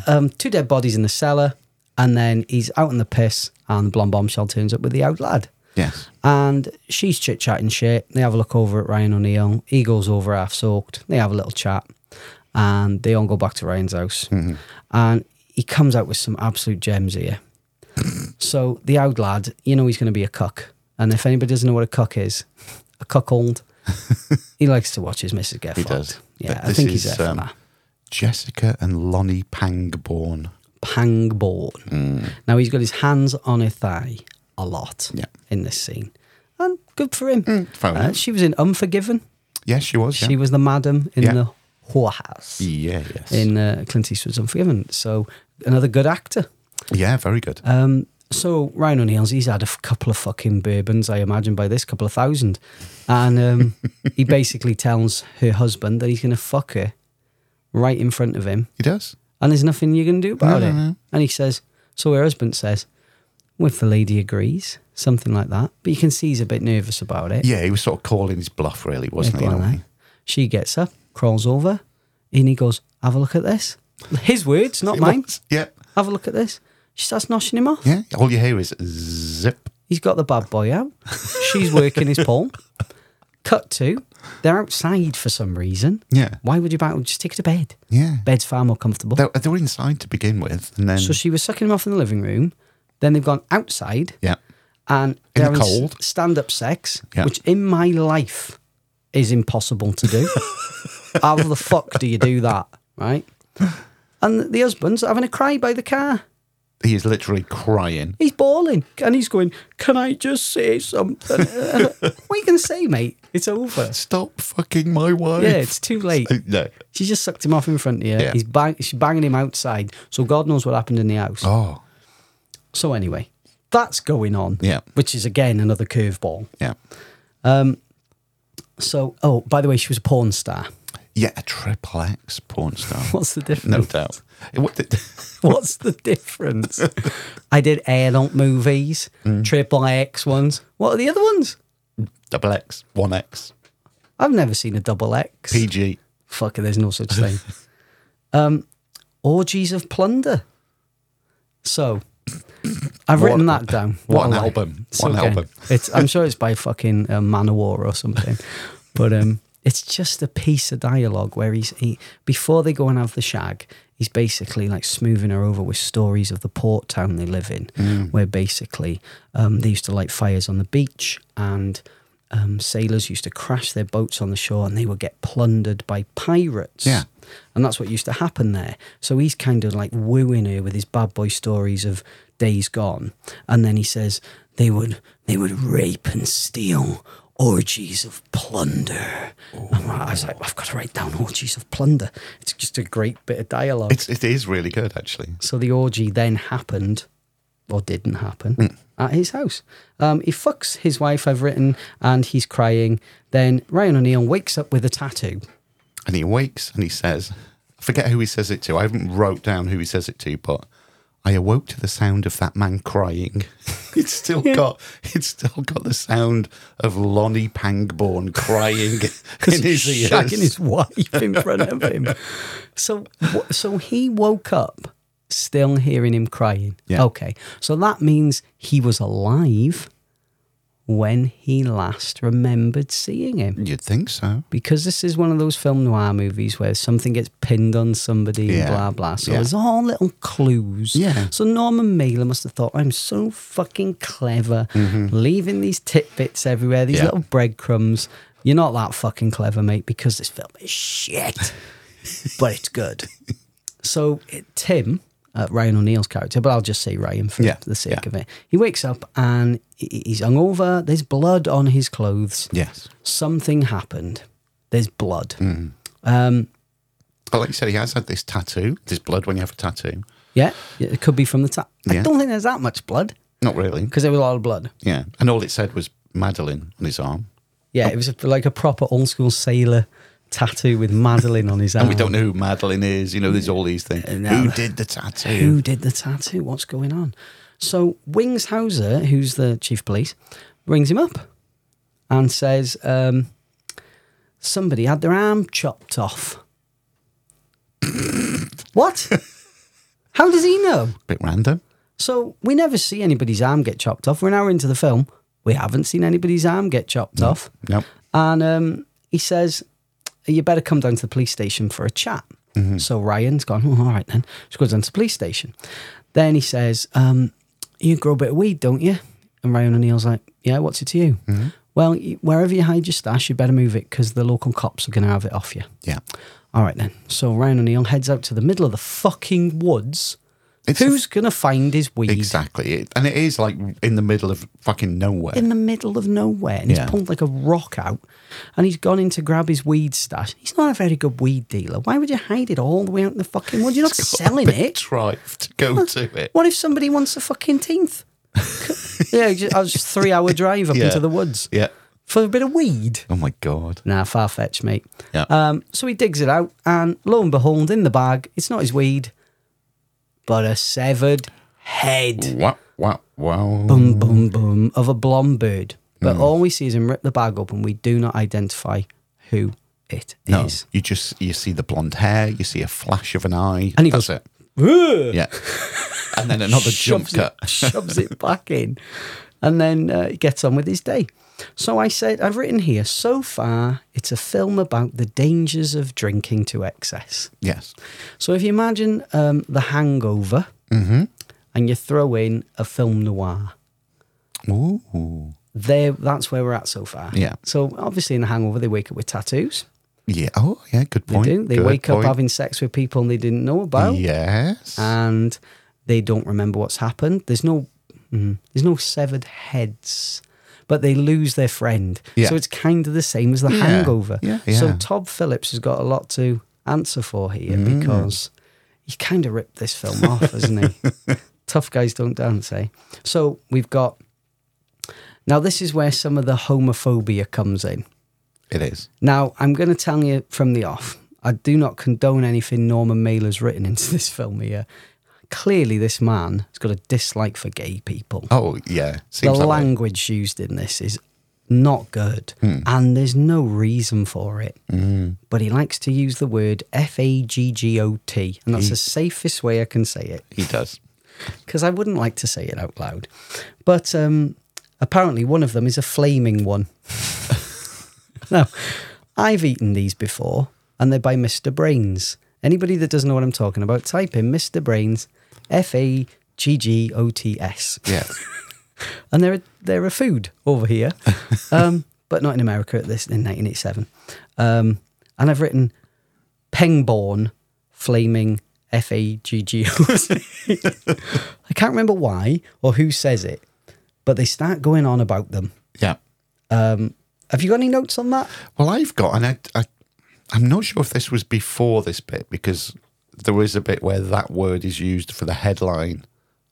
um, two dead bodies in the cellar, and then he's out in the piss, and the blonde bombshell turns up with the old lad. Yes. And she's chit chatting shit. They have a look over at Ryan O'Neill. He goes over half soaked. They have a little chat, and Mm-hmm. they all go back to Ryan's house. And he comes out with some absolute gems here. So the old lad, you know he's going to be a cuck. And if anybody doesn't know what a cuck is, a cuckold, he likes to watch his missus get He fucked. does. Yeah, But I this think he's is, there for um, that. Jessica and Lonnie Pangborn. Pangborn. Now he's got his hands on her thigh a lot Mm. Yeah. Mm, in this scene. And good for him. fair Uh, enough. she was in Unforgiven. Yes, she was. Yeah. She was the madam in Yeah. the whorehouse Yeah, yes. in uh, Clint Eastwood's Unforgiven. So another good actor. yeah, very good. Um, so Ryan O'Neill's he's had a f- couple of fucking bourbons, I imagine, by this couple of thousand, and um, he basically tells her husband that he's going to fuck her right in front of him, he does. and there's nothing you can do about it. And he says, so her husband says, well, if the lady agrees, something like that. But you can see he's a bit nervous about it. Yeah, he was sort of calling his bluff, really, wasn't he? Yeah, in go a on eh? way? then. She gets up, crawls over, and he goes, "Have a look at this." His words, not It mine. was. Yeah, Have a look at this. She starts noshing him off. yeah. All you hear is zip. He's got the bad boy out. She's working his palm. Cut to, they're outside for some reason. Yeah. Why would you back? Just take her to bed. Yeah. Bed's far more comfortable. They, they were inside to begin with, and then So she was sucking him off in the living room. Then they've gone outside yeah, and In the Darren's cold. stand-up sex, Yeah. which in my life is impossible to do. How the fuck do you do that, right? And the husband's having a cry by the car. he is literally crying. He's bawling and he's going, "Can I just say something?" what are you going to say, mate? It's over. Stop fucking my wife. Uh, Yeah, it's too late. no. She just sucked him off in front of you. Yeah. He's bang- she's banging him outside. So God knows what happened in the house. Oh, So anyway, that's going on. Yeah. Which is again another curveball. yeah, So, oh, by the way, she was a porn star. yeah. A triple X porn star. What's the difference? No doubt. It- what did- What's the difference? I did adult movies, Mm. triple X ones. What are the other ones? double X, one X, I've never seen a double X. PG. Fuck it, there's no such thing. um, orgies of plunder. So, I've What- written that down. What a an lie. album. It's What an okay. album. It's, I'm sure it's by fucking uh, Manowar or something. But um, it's just a piece of dialogue where he's, he, before they go and have the shag, he's basically like smoothing her over with stories of the port town they live in, where basically um, they used to light fires on the beach and um, sailors used to crash their boats on the shore and they would get plundered by pirates. Yeah. And that's what used to happen there. So he's kind of like wooing her with his bad boy stories of days gone. And then he says they would they would rape and steal orgies of plunder. And I was like, I've got to write down orgies of plunder. It's just a great bit of dialogue. It's it is really good actually. so the orgy then happened or didn't happen at his house. Um, he fucks his wife, I've written, and he's crying. Then Ryan O'Neill wakes up with a tattoo. And he wakes and he says, I forget who he says it to. I haven't wrote down who he says it to, but I awoke to the sound of that man crying. It's still got it's still got the sound of Lonnie Pangborn crying in his ears. shagging his wife in front of him. So, wh- so he woke up still hearing him crying. Yeah. Okay, so that means he was alive when he last remembered seeing him. You'd think so. Because this is one of those film noir movies where something gets pinned on somebody and Yeah. blah blah. So Yeah. it's all little clues. Yeah. So Norman Mailer must have thought, I'm so fucking clever, leaving these tidbits everywhere, these Mm-hmm. Yeah. little breadcrumbs. You're not that fucking clever, mate, because this film is shit, but it's good. So it, Tim, uh, Ryan O'Neill's character, but I'll just say Ryan for Yeah, the sake yeah. of it. He wakes up and he- he's hungover. There's blood on his clothes Yes. something happened. There's blood. Mm. Um, But like you said, he has had this tattoo. There's blood when you have a tattoo. yeah, yeah, it could be from the tap. I Yeah. don't think there's that much blood Not really. because there was a lot of blood. Yeah. And all it said was Madeline on his arm. Yeah, it was a, like a proper old school sailor tattoo with Madeline on his arm. And we don't know who Madeline is. You know, there's all these things. Oh. No. Who did the tattoo? Who did the tattoo? What's going on? So Wings Hauser, who's the chief of police, rings him up and says, um, "Somebody had their arm chopped off." what? How does he know? Bit random. So we never see anybody's arm get chopped off. We're an hour into the film. We haven't seen anybody's arm get chopped off. No. And um, he says, You better come down to the police station for a chat. So Ryan's gone, oh, All right, then. So goes down to the police station. Then he says, um, you grow a bit of weed, don't you? And Ryan O'Neill's like, yeah, what's it to you? Mhm. Well, you- wherever you hide your stash, you better move it because the local cops are going to have it off you. Yeah. All right then. So Ryan O'Neill heads out to the middle of the fucking woods. Who's going to find his weed Exactly. It- and it is like in the middle of fucking nowhere. in the middle of nowhere? And Yeah. he's pulled like a rock out and he's gone in to grab his weed stash. He's not a very good weed dealer. Why would you hide it all the way out in the fucking woods? You're not selling it. Drive to go Well, to it. What if somebody wants a fucking teenth? yeah, ju- I was just three hour drive up Yeah. into the woods Yeah. for a bit of weed. Oh my god. Nah, far fetched, mate. Yeah. Um, so he digs it out, and lo and behold, in the bag, it's not his weed, but a severed head. Wow. Wow. Wow. Boom, boom, boom, of a blonde bird. But all we see is him rip the bag open. We do not identify who it is. No, you just you see the blonde hair, you see a flash of an eye, And he that's goes, it. Yeah, and then another jump shoves cut. It, shoves it back in, and then uh, he gets on with his day. So I said, I've written here, so far, it's a film about the dangers of drinking to excess. Yes, So if you imagine um, The Hangover and you throw in a film noir, ooh, there that's where we're at so far. Yeah. So obviously in The Hangover, they wake up with tattoos. yeah, oh yeah, good They point. do. They good wake up point. having sex with people they didn't know about. yes, and they don't remember what's happened. There's no mm, there's no severed heads, but they lose their friend. Yeah. So it's kind of the same as the Yeah, hangover. yeah, So yeah. Todd Phillips has got a lot to answer for here Mm. because he kind of ripped this film off, hasn't he? Tough guys don't dance, eh? So we've got now this is where some of the homophobia comes in. it is. Now, I'm going to tell you from the off, I do not condone anything Norman Mailer's written into this film here. Clearly, this man has got a dislike for gay people. Oh yeah, the seems that way. language used in this is not good, Hmm. and there's no reason for it. But he likes to use the word F A G G O T, and that's the safest way I can say it he does. because I wouldn't like to say it out loud. But um, apparently, one of them is a flaming one. now, I've eaten these before, and they're by Mr. Brains. Anybody that doesn't know what I'm talking about, type in Mr. Brains, F A G G O T S, Yeah, and they're a, they're a food over here, um, but not in America at this in 1987. Um, and I've written Pengborn flaming F A G G O T. I can't remember why or who says it, but they start going on about them. Um, yeah. Have you got any notes on that? Well, I've got, and I, I, I'm not sure if this was before this bit because there is a bit where that word is used for the headline.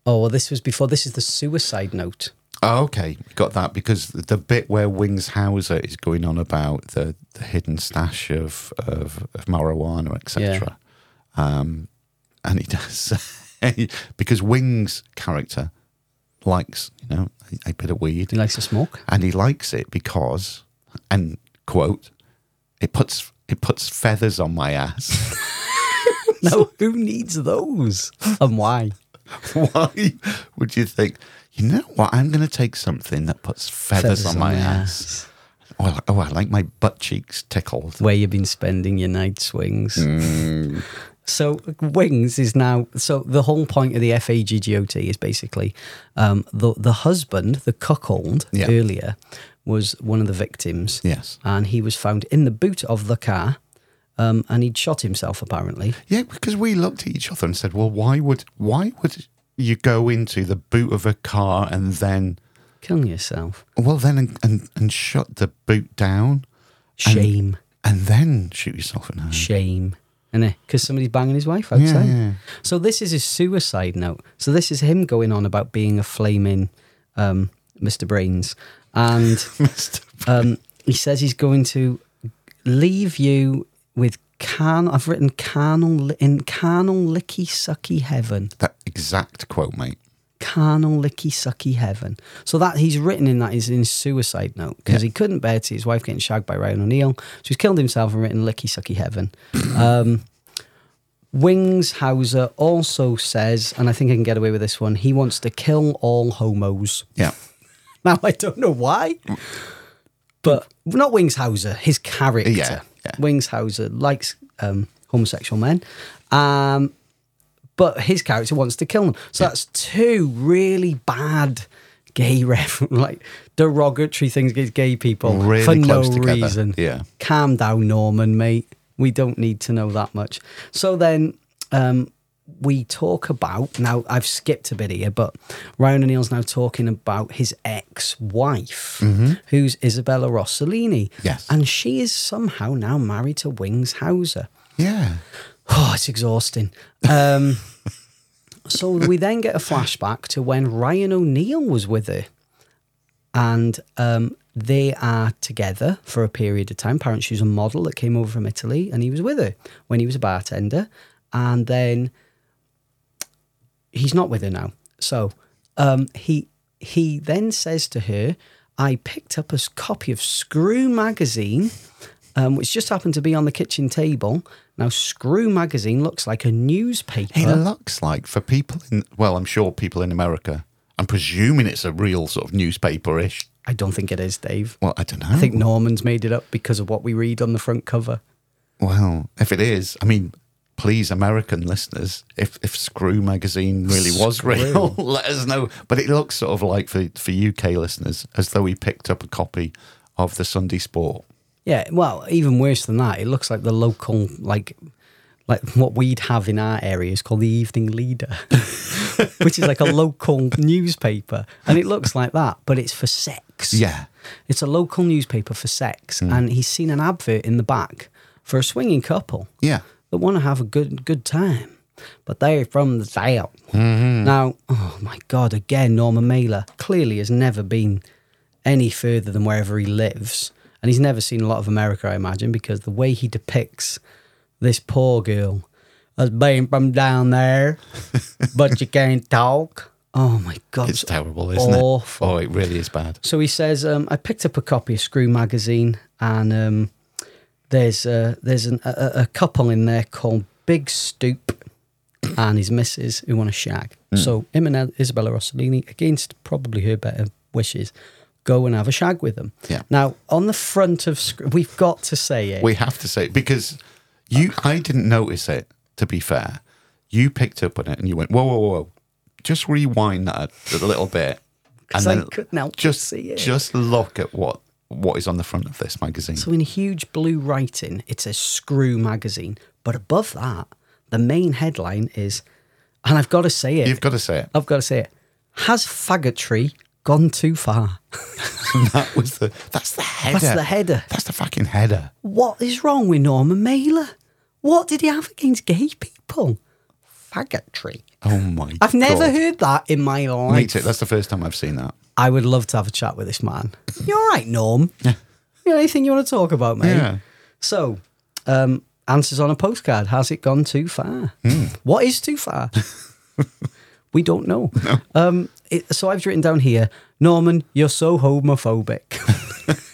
Oh, well, this was before. This is the suicide note. Oh, okay, got that because the bit where Wings Hauser is going on about the, the hidden stash of of, of marijuana, etc. Um, and he does say because Wings' character likes you know a, a bit of weed, He likes to smoke. and he likes it because, and quote, it puts it puts feathers on my ass. No, who needs those and why? Why would you think? You know what? I'm going to take something that puts feathers, on, my ass. Oh, I li- oh, I like my butt cheeks tickled. Where you've been spending your nights, Wings. Mm. So Wings is now. So the whole point of the FAGGOT is basically um, the the husband, the cuckold Yeah. earlier, was one of the victims. Yes. and he was found in the boot of the car, um, and he'd shot himself apparently. Yeah, because we looked at each other and said, "Well, why would why would you go into the boot of a car and then Kill yourself. well then and and, and shut the boot down Shame, and then shoot yourself in the hand?" shame, and because somebody's banging his wife outside. Mm. yeah. So this is his suicide note. So this is him going on about being a flaming um, Mr. Brains, and um, he says he's going to leave you with carn. I've written carnal li- in carnal licky sucky heaven. That exact quote, mate. carnal licky sucky heaven. So that he's written in that is in suicide note because he couldn't bear to see his wife getting shagged by Ryan O'Neill, so he's killed himself and written licky sucky heaven. um, Wings Hauser also says, and I think I can get away with this one. He wants to kill all homos. Yeah. Now I don't know why, but not Wings Hauser, his character. Yeah, yeah. Wings Hauser likes um, homosexual men, um, But his character wants to kill them. So that's two really bad gay ref like derogatory things against gay people Really for close no together. reason. Yeah. Calm down, Norman, mate. We don't need to know that much. So then um, we talk about now I've skipped a bit here, but Ryan O'Neill's now talking about his ex-wife, who's Isabella Rossellini. Yes. And she is somehow now married to Wings Hauser. Yeah. Oh, it's exhausting. Um, so we then get a flashback to when Ryan O'Neill was with her, and um, they are together for a period of time. Apparently, she was a model that came over from Italy, and he was with her when he was a bartender, and then he's not with her now. So um, he he then says to her, "I picked up a s- copy of Screw magazine." um, which just happened to be on the kitchen table. Now, Screw magazine looks like a newspaper. It looks like for people in, well, I'm sure people in America, I'm presuming it's a real sort of newspaper ish. I don't think it is, Dave. Well, I don't know. I think Norman's made it up because of what we read on the front cover. Well, if it is, I mean, please, American listeners, if if Screw magazine really was real, let us know. But it looks sort of like for for UK listeners as though he picked up a copy of the Sunday Sport. Yeah, well, even worse than that, it looks like the local, like, like what we'd have in our area is called the Evening Leader, which is like a local newspaper, and it looks like that, but it's for sex. Yeah. It's a local newspaper for sex, and he's seen an advert in the back for a swinging couple. Yeah. that want to have a good good time, but they're from the south. Mm-hmm. Now, oh my God, again, Norman Mailer clearly has never been any further than wherever he lives, and he's never seen a lot of America, I imagine, because the way he depicts this poor girl as being from down there, but you can't talk. Oh my God, It's terrible, isn't awful. it? Oh, it really is bad. So he says, um, I picked up a copy of Screw magazine, and um, there's uh, there's an, a, a- a couple in there called Big Stoop and his missus who want to shag. Hmm. So him and Isabella Rossellini, against probably her better wishes, go and have a shag with them. Yeah. Now on the front of Screw, we've got to say it. We have to say it because you, I didn't notice it. To be fair, you picked up on it and you went, "Whoa, whoa, whoa!" Just rewind that a little bit, 'Cause I couldn't help but just see it. just look at what what is on the front of this magazine. So in huge blue writing, it says Screw magazine, but above that, the main headline is, and I've got to say it. You've got to say it. I've got to say it. Has faggotry gone too far? That was the that's the header. That's the header. That's the fucking header. What is wrong with Norman Mailer? What did he have against gay people? Faggotry. Oh my! I've never God. heard that in my life. Me too. That's the first time I've seen that. I would love to have a chat with this man. You're all right, Norm. Yeah. You got anything you want to talk about, mate? Yeah. So, um, answers on a postcard. Has it gone too far? Hmm. What is too far? we don't know. Um, it, so I've written down here, Norman, you're so homophobic.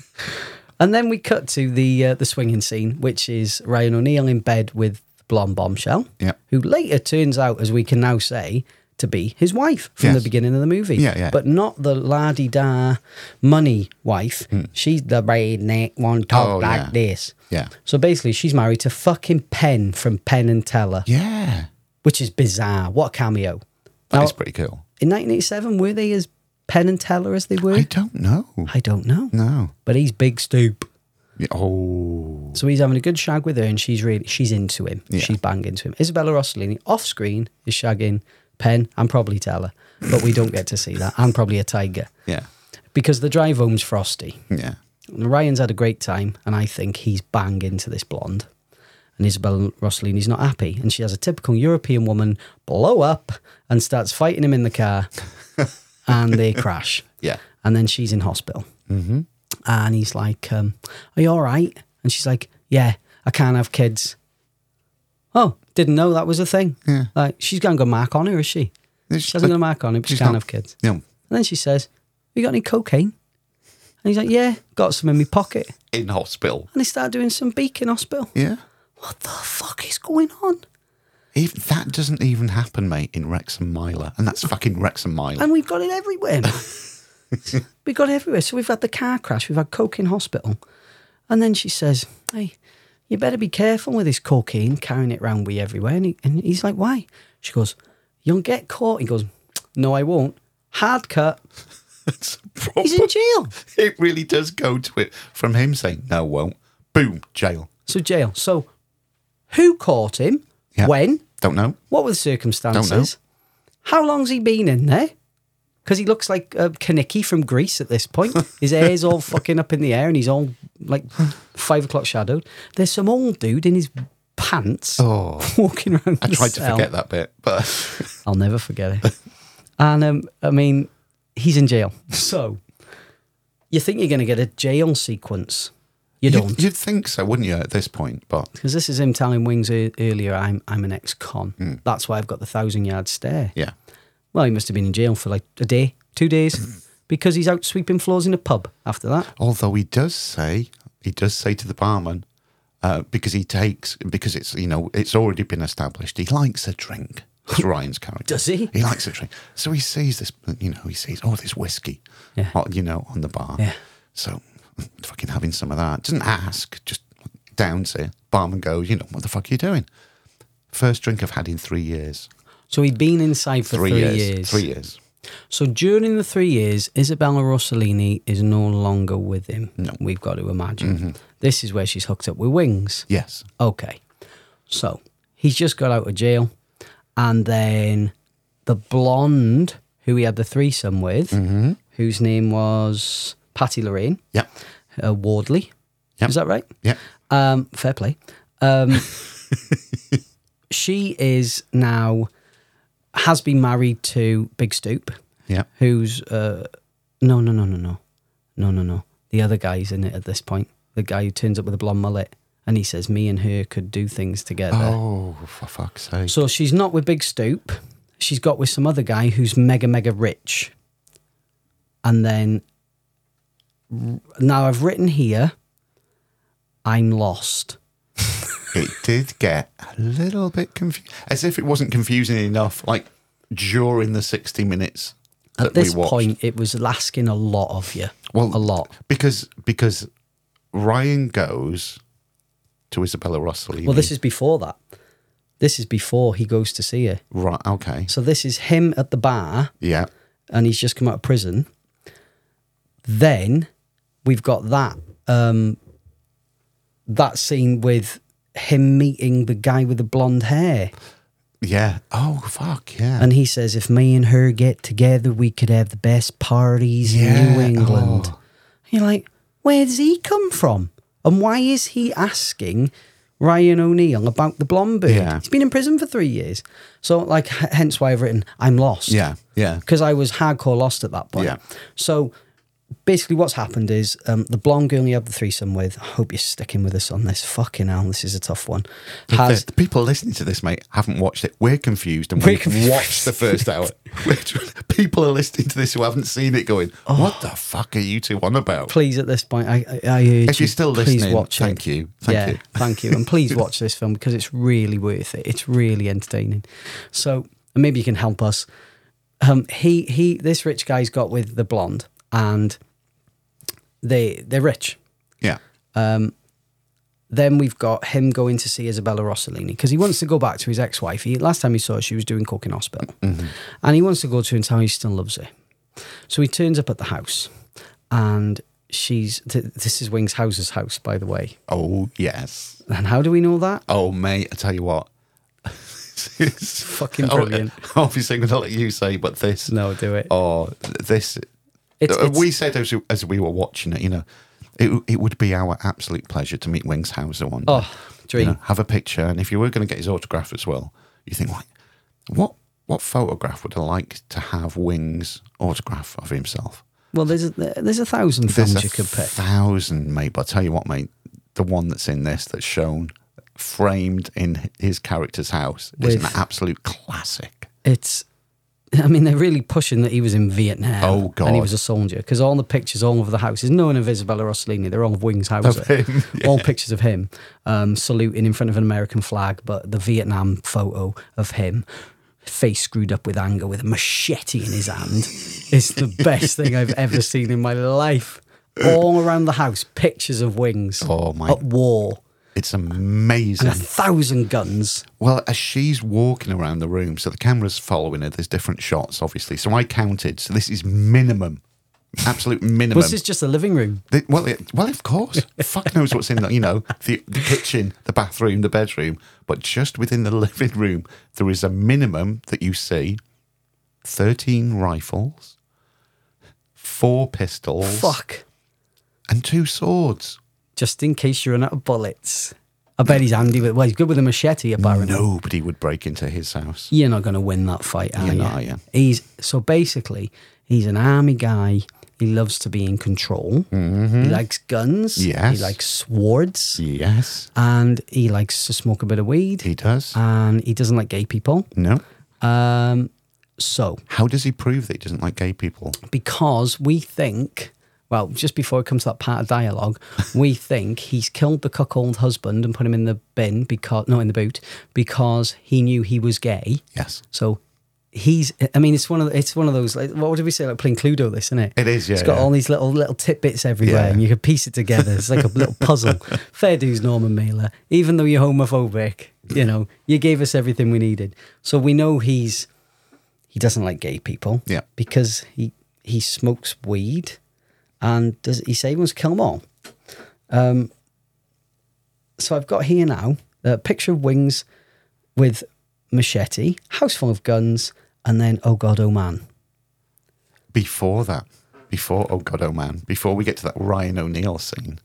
and then we cut to the uh, the swinging scene, which is Ryan O'Neill in bed with blonde bombshell, Yeah. who later turns out, as we can now say, to be his wife from the Yes. beginning of the movie. Yeah, yeah. But not the lardy da money wife. She's the redneck one talk Hmm. Oh, like yeah. this. Yeah. So basically, she's married to fucking Penn from Penn and Teller, Yeah, which is bizarre. What a cameo. That is Now- pretty cool. In 1987, were they as Penn and Teller as they were? I don't know. I don't know. No. But he's big stoop. Yeah, Oh, So he's having a good shag with her, and she's really she's into him. Yeah. She's bang into him. Isabella Rossellini off screen is shagging Penn and probably Teller, but we don't get to see that, and probably a tiger yeah, because the drive home's frosty. yeah. Ryan's had a great time, and I think he's bang into this blonde. And Isabella Rossellini's not happy, and she has a typical European woman blow up and starts fighting him in the car, and they crash. Yeah. And then she's in hospital. Mm-hmm. And he's like, um, Are you all right? And she's like, Yeah, I can't have kids. Oh, didn't know that was a thing. Yeah. Like, she's going to go mark on her, is she? She hasn't got a mark on her, but she She's can't not- have kids. No. And then she says, You got any cocaine? And he's like, Yeah, got some in my pocket. In hospital. And they start doing some beacon hospital. Yeah. What the fuck is going on? Even, that doesn't even happen, mate, in Wrexham Miler. And that's fucking Wrexham Miler. And we've got it everywhere. man. we've got it everywhere. So we've had the car crash, we've had coke in hospital. And then she says, Hey, you better be careful with this cocaine, carrying it round with you everywhere. And, he, and he's like, Why? She goes, You'll get caught. He goes, No, I won't. Hard cut. He's in jail. It really does go to it from him saying, no, won't. Boom, jail. So jail. So who caught him? Yeah. When? Don't know. What were the circumstances? How long's he been in there? Because he looks like uh, Kaniki from Greece at this point. His hair's all fucking up in the air and he's all like five o'clock shadowed. There's some old dude in his pants walking Oh. around. I the tried to cell. forget that bit, but I'll never forget it. and um, I mean, he's in jail. So you think you're going to get a jail sequence. You don't. You'd, you'd think so, wouldn't you, at this point? But Because this is him telling Wings e- earlier, I'm, I'm an ex con. Hmm. That's why I've got the thousand yard stare. yeah. Well, he must have been in jail for like a day, two days, because he's out sweeping floors in a pub after that. Although he does say, he does say to the barman, uh, because he takes, because it's, you know, it's already been established, he likes a drink. It's Ryan's character. Does he? He likes a drink. So he sees this, you know, he sees, oh, this whiskey, Yeah. oh, you know, on the bar. Yeah. So fucking having some of that. Doesn't ask, just downs it. Barman goes, you know, what the fuck are you doing? First drink I've had in three years. So he'd been inside for three, years. Three years. So during the three years, Isabella Rossellini is no longer with him. No. We've got to imagine. This is where she's hooked up with Wings. Yes. Okay. So he's just got out of jail. And then the blonde who he had the threesome with, whose name was Patty Lorraine Yeah. uh, Wardley. Yep. Is that right? Yeah. Um, fair play. Um, she is now, has been married to Big Stoop, Yeah. who's, uh, no, no, no, no, no. No, no, no. The other guy's in it at this point. The guy who turns up with a blonde mullet and he says, Me and her could do things together. Oh, for fuck's sake. So she's not with Big Stoop. She's got with some other guy who's mega, mega rich. And then now I've written here, I'm lost. it did get a little bit confused, as if it wasn't confusing enough. Like during the sixty minutes that At this we watched, point, it was asking a lot of you. Well, a lot. because because Ryan goes to Isabella Rossellini. Well, this is before that. This is before he goes to see her. right. Okay, So this is him at the bar yeah, and he's just come out of prison. Then we've got that um, that scene with him meeting the guy with the blonde hair, yeah. Oh fuck, yeah. and he says, "If me and her get together, we could have the best parties in Yeah, New England." oh. You're like, where does he come from, and why is he asking? Ryan O'Neill about the blonde bird. Yeah. He's been in prison for three years. So, like, h- hence why I've written, I'm lost yeah, yeah, because I was hardcore lost at that point. Yeah. So basically, what's happened is um, the blonde girl you had the threesome with. I hope you're sticking with us on this. Fucking hell, this is a tough one. Has The, the people listening to this, mate, haven't watched it. We're confused, and We're we confused. watched the first hour. We're trying- people are listening to this who haven't seen it, going, Oh. "What the fuck are you two on about?" please at this point, I, I, I urge If you're still please listening, watch it. thank you, thank yeah, you. thank you, and please watch this film because it's really worth it. It's really entertaining. So and maybe you can help us. Um, he he, this rich guy's got with the blonde, and they they're rich. Yeah, then we've got him going to see Isabella Rossellini because he wants to go back to his ex-wife. He, last time he saw her, she was doing coke in hospital, Mm-hmm. and he wants to go to her and tell her he still loves her. So he turns up at the house, and she's th- this is Wings House's house, by the way. Oh yes. And how do we know that? Oh mate, I tell you what. It's- Fucking oh, brilliant. obviously, I'm going to let you say, but this. No, do it. Oh, this. It's- Uh, it's- we said as, as we were watching it, you know, it, it would be our absolute pleasure to meet Wings Hauser one. day. Oh, You dream. know, have a picture, and if you were going to get his autograph as well, you think like, what what photograph would I like to have Wings autograph of himself? Well, there's a, there's a thousand films There's a you could pick. thousand, mate. But I tell you what, mate, the one that's in this that's shown framed in his character's house is an With- absolute classic. it's I mean, they're really pushing that he was in Vietnam. Oh, God. And he was a soldier because all the pictures all over the house is no one of Isabella Rossellini. They're all of Wings Hauser. him, All pictures of him um, saluting in front of an American flag, but the Vietnam photo of him, face screwed up with anger, with a machete in his hand, is the best thing I've ever seen in my life. All around the house, pictures of Wings Oh, my- at war. It's amazing. And a thousand guns. Well, as she's walking around the room, so the camera's following her. There's different shots, obviously. So I counted. So this is minimum, absolute minimum. Well, this is just the living room. They- well, it, well, of course. Fuck knows what's in the, you know, the, the kitchen, the bathroom, the bedroom. But just within the living room, there is a minimum that you see 13 rifles, four pistols, Fuck. and two swords. Just in case you run out of bullets. I bet he's handy with. Well, he's good with a machete, apparently. Nobody would break into his house. You're not going to win that fight, are You're you? not, are you? He's so basically, he's an army guy. He loves to be in control. He likes guns. Yes. He likes swords, Yes, and he likes to smoke a bit of weed. he does. and he doesn't like gay people. no. Um, so How does he prove that he doesn't like gay people? because we think, well, just before it comes to that part of dialogue, we think he's killed the cuckold husband and put him in the bin because no, in the boot because he knew he was gay. Yes. So he's, I mean, it's one of the- it's one of those. Like, what did we say? Like playing Cluedo, this isn't it? It is, yeah, It's got yeah. all these little little tidbits everywhere, Yeah. and you can piece it together. It's like a little puzzle. Fair dues, Norman Mailer. Even though you're homophobic, you know, you gave us everything we needed. So we know he's he doesn't like gay people. Yeah. Because he he smokes weed, and does he say he wants to kill them all? Um. So I've got here now a picture of wings with machete, house full of guns, and then oh god, oh man. Before that, before oh god, oh man, before we get to that Ryan O'Neill scene,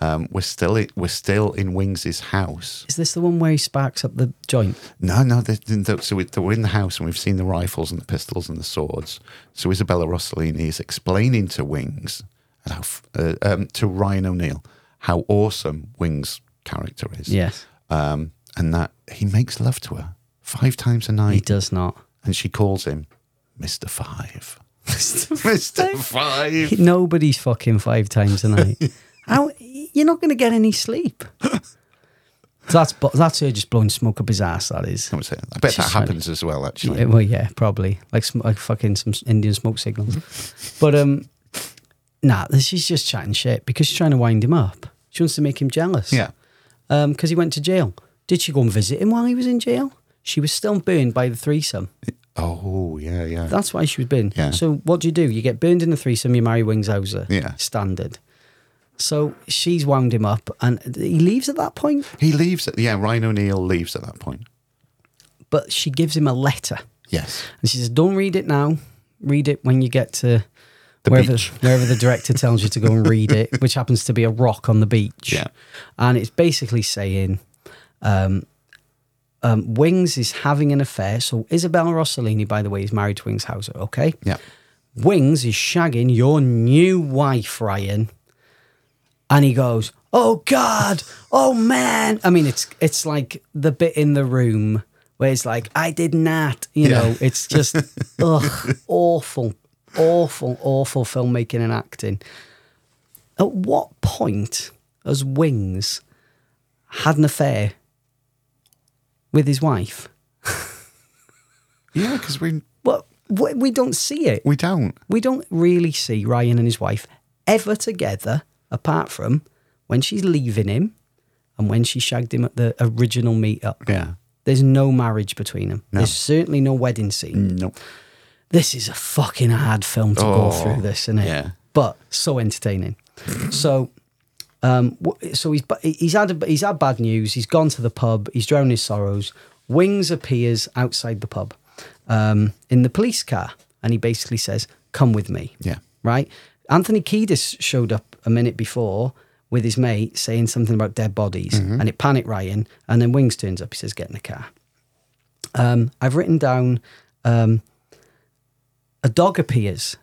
um, we're still i- we're still in Wings's house. Is this the one where he sparks up the joint? No, no, they, they, they- so we- we're in the house and we've seen the rifles and the pistols and the swords. So Isabella Rossellini is explaining to Wings, and how, f- uh, um, to Ryan O'Neill, how awesome Wings' character is. Yes. um, and that he makes love to her five times a night. He does not. and she calls him Mr. Five. Mr. Five. Nobody's fucking five times a night. How you're not going to get any sleep? So that's bu- that's her just blowing smoke up his ass. That is. I would say- I bet She's that funny. happens as well, actually. Yeah, well, yeah, probably like sm- like fucking some Indian smoke signals. but um, nah, she's just chatting shit because she's trying to wind him up. She wants to make him jealous. Yeah. um, because he went to jail. Did she go and visit him while he was in jail? She was still burned by the threesome. Oh, yeah, yeah. That's why she was burned. Yeah. So what do you do? You get burned in the threesome. You marry Wings Hauser. Yeah. Standard. So she's wound him up, and he leaves at that point. he leaves. At, yeah, Ryan O'Neill leaves at that point. But she gives him a letter, Yes. and she says, "Don't read it now. Read it when you get to." The wherever, beach. wherever the director tells you to go and read it, which happens to be a rock on the beach. Yeah. And it's basically saying um, um, Wings is having an affair. So Isabella Rossellini, by the way, is married to Wings Hauser, okay? Yeah. Wings is shagging your new wife, Ryan. And he goes, Oh God, oh man. I mean, it's it's like the bit in the room where it's like, I did not, you Yeah. know, it's just ugh, awful, awful, awful filmmaking and acting. At what point has Wings had an affair with his wife? Yeah, because we, Well, we we don't see it. we don't. we don't really see Ryan and his wife ever together, apart from when she's leaving him and when she shagged him at the original meetup. Yeah. There's no marriage between them. There's certainly no wedding scene. No. This is a fucking hard film to go Oh, through. This, isn't it? yeah. But so entertaining. so. Um, wh- so he's ba- he's had a, he's had bad news. He's gone to the pub. He's drowned his sorrows. Wings appears outside the pub, um, in the police car, and he basically says, "Come with me." Yeah. right? Anthony Kiedis showed up a minute before with his mate saying something about dead bodies, Mm-hmm. and it panicked Ryan. And then Wings turns up. He says, "Get in the car." Um, I've written down um, a dog appears.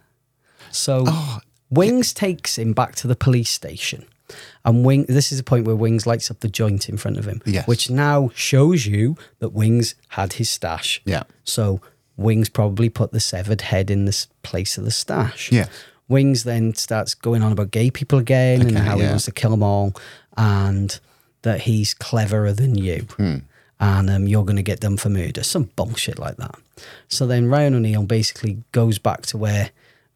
So Oh, Wings takes him back to the police station. And Wing, this is the point where Wings lights up the joint in front of him, Yes. which now shows you that Wings had his stash. Yeah. So Wings probably put the severed head in this place of the stash. Yeah. Wings then starts going on about gay people again and Okay, how he yeah. wants to kill them all and that he's cleverer than you Hmm. and um, you're going to get done for murder. Some bullshit like that. So then Ryan O'Neill basically goes back to where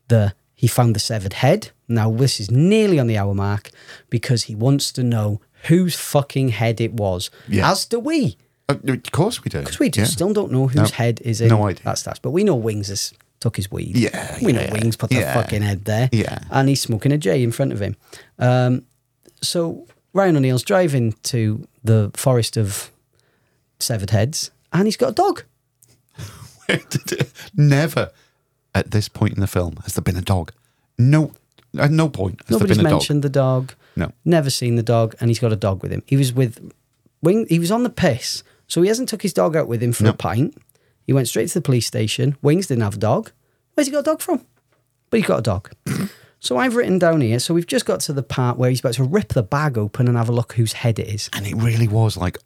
the he found the severed head. Now this is nearly on the hour mark because he wants to know whose fucking head it was. Yeah. As do we. Uh, of course we do. Because we just still don't know whose No. head is in No idea. that stash. But we know Wings has took his weed. Yeah, We yeah, know Wings put their yeah. fucking head there. Yeah. And he's smoking a J in front of him. Um, so Ryan O'Neill's driving to the forest of severed heads and he's got a dog. Never at this point in the film has there been a dog. No, at no point has Nobody's there been a mentioned the dog. dog. No. Never seen the dog, and he's got a dog with him. He was with wing. He was on the piss, so he hasn't took his dog out with him for a pint. He went straight to the police station. Wings didn't have a dog. Where's he got a dog from? But he's got a dog. so I've written down here. So we've just got to the part where he's about to rip the bag open and have a look whose head it is. And it really was like,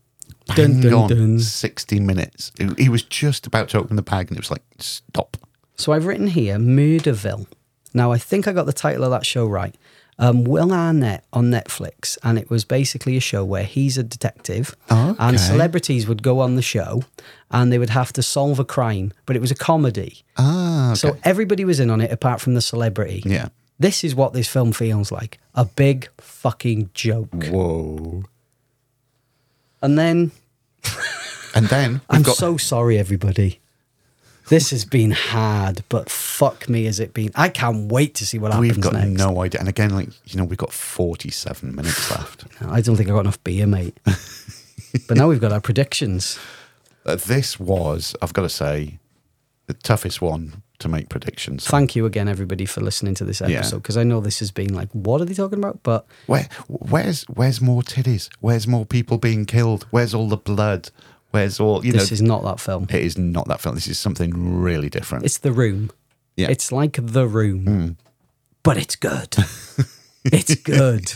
Dun, hang dun, on, dun. 60 minutes. He- He was just about to open the bag and it was like, stop. So I've written here Murderville. Now I think I got the title of that show right. Um, Will Arnett on Netflix, and it was basically a show where he's a detective, Okay. and celebrities would go on the show, and they would have to solve a crime, but it was a comedy. Ah, So everybody was in on it apart from the celebrity. yeah. This is what this film feels like a big fucking joke. Whoa. And then And then we've I'm got so sorry, everybody. This has been hard, but fuck me, has it been? I can't wait to see what happens we've got next. no idea. And again, like you know, we've got 47 minutes left. I don't think I got enough beer, mate. but now we've got our predictions. Uh, this was, I've got to say, the toughest one to make predictions. Thank you again, everybody, for listening to this Yeah. episode because I know this has been like, what are they talking about? But Where, where's, where's more titties? Where's more people being killed? Where's all the blood? Where's all you this know? is not that film. it is not that film. This is something really different. It's The Room. Yeah. Hmm. It's like The Room, but it's good. it's good.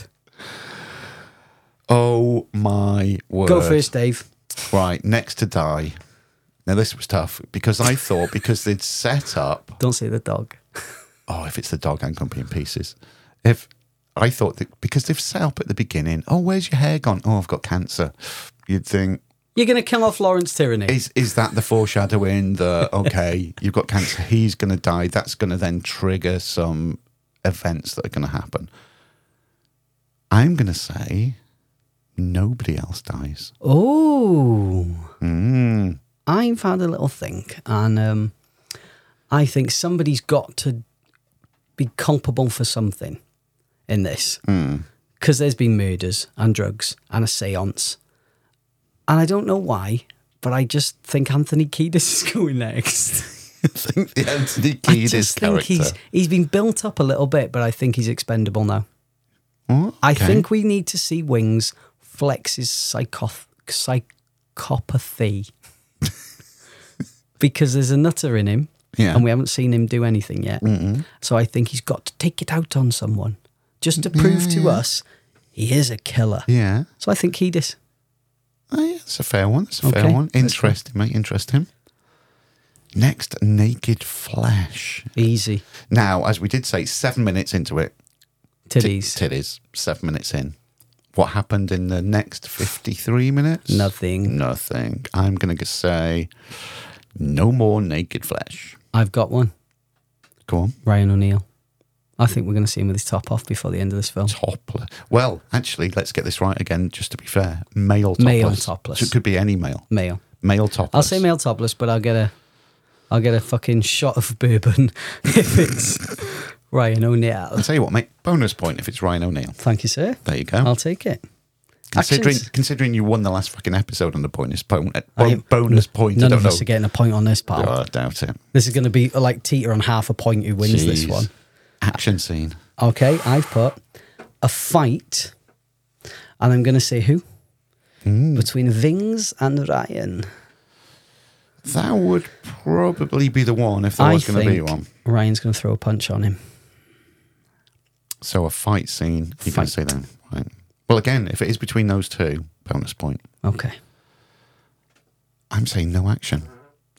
oh my word! Go first, Dave. Right, next to die. Now this was tough because I thought because they'd set up Don't say the dog. oh, if it's the dog and company in pieces. If I thought that because they've set up at the beginning, oh, where's your hair gone? Oh, I've got cancer. You'd think, You're going to kill off Lawrence Tyranny. is is that the foreshadowing that okay, you've got cancer, he's gonna die, that's gonna then trigger some events that are gonna happen. I'm gonna say nobody else dies. Oh. Mm. I've had a little think, and um, I think somebody's got to be culpable for something in this. Mm. Because there's been murders and drugs and a seance. And I don't know why, but I just think Anthony Kiedis is going next. I think the Anthony I Kiedis just think character. he's he's been built up a little bit, but I think he's expendable now. Oh, I okay. think we need to see Wings flex his psychoth- psychopathy because there's a nutter in him, Yeah. and we haven't seen him do anything yet. So I think he's got to take it out on someone just to prove to us he is a killer. Yeah. So I think he does. Oh, yeah, that's a fair one. That's a fair Okay, one. that's Interesting, mate. Interesting. Next, naked flesh. Easy Now, as we did say, seven minutes into it, t- titties. titties. Seven minutes in. What happened in the next fifty-three minutes? Nothing. Nothing. I'm gonna g- say, no more naked flesh. I've got one. Go on. Ryan O'Neill. I think we're going to see him with his top off before the end of this film. Topless. Well, actually, let's get this right again. Just to be fair, male topless. Male topless. So it could be any male. Male. Male topless. I'll say male topless, but I'll get a I'll get a fucking shot of bourbon if it's Ryan O'Neill. I'll tell you what, mate. Bonus point if it's Ryan O'Neill. Thank you, sir. There you go. I'll take it. Considering, Actions? considering you won the last fucking episode on the bonus point, uh, I bon- am- bonus point, None I don't of know. us are getting a point on this part. Oh, I doubt it. This is going to be like teeter on half a point who wins this Jeez. one. Action scene. Okay, I've put a fight, and I'm going to say who Hmm. between Vings and Ryan. That would probably be the one if there I was going to be think one. Ryan's going to throw a punch on him. So a fight scene. You can Fight. say that. Right. Well, again, if it is between those two, bonus point. Okay, I'm saying no action.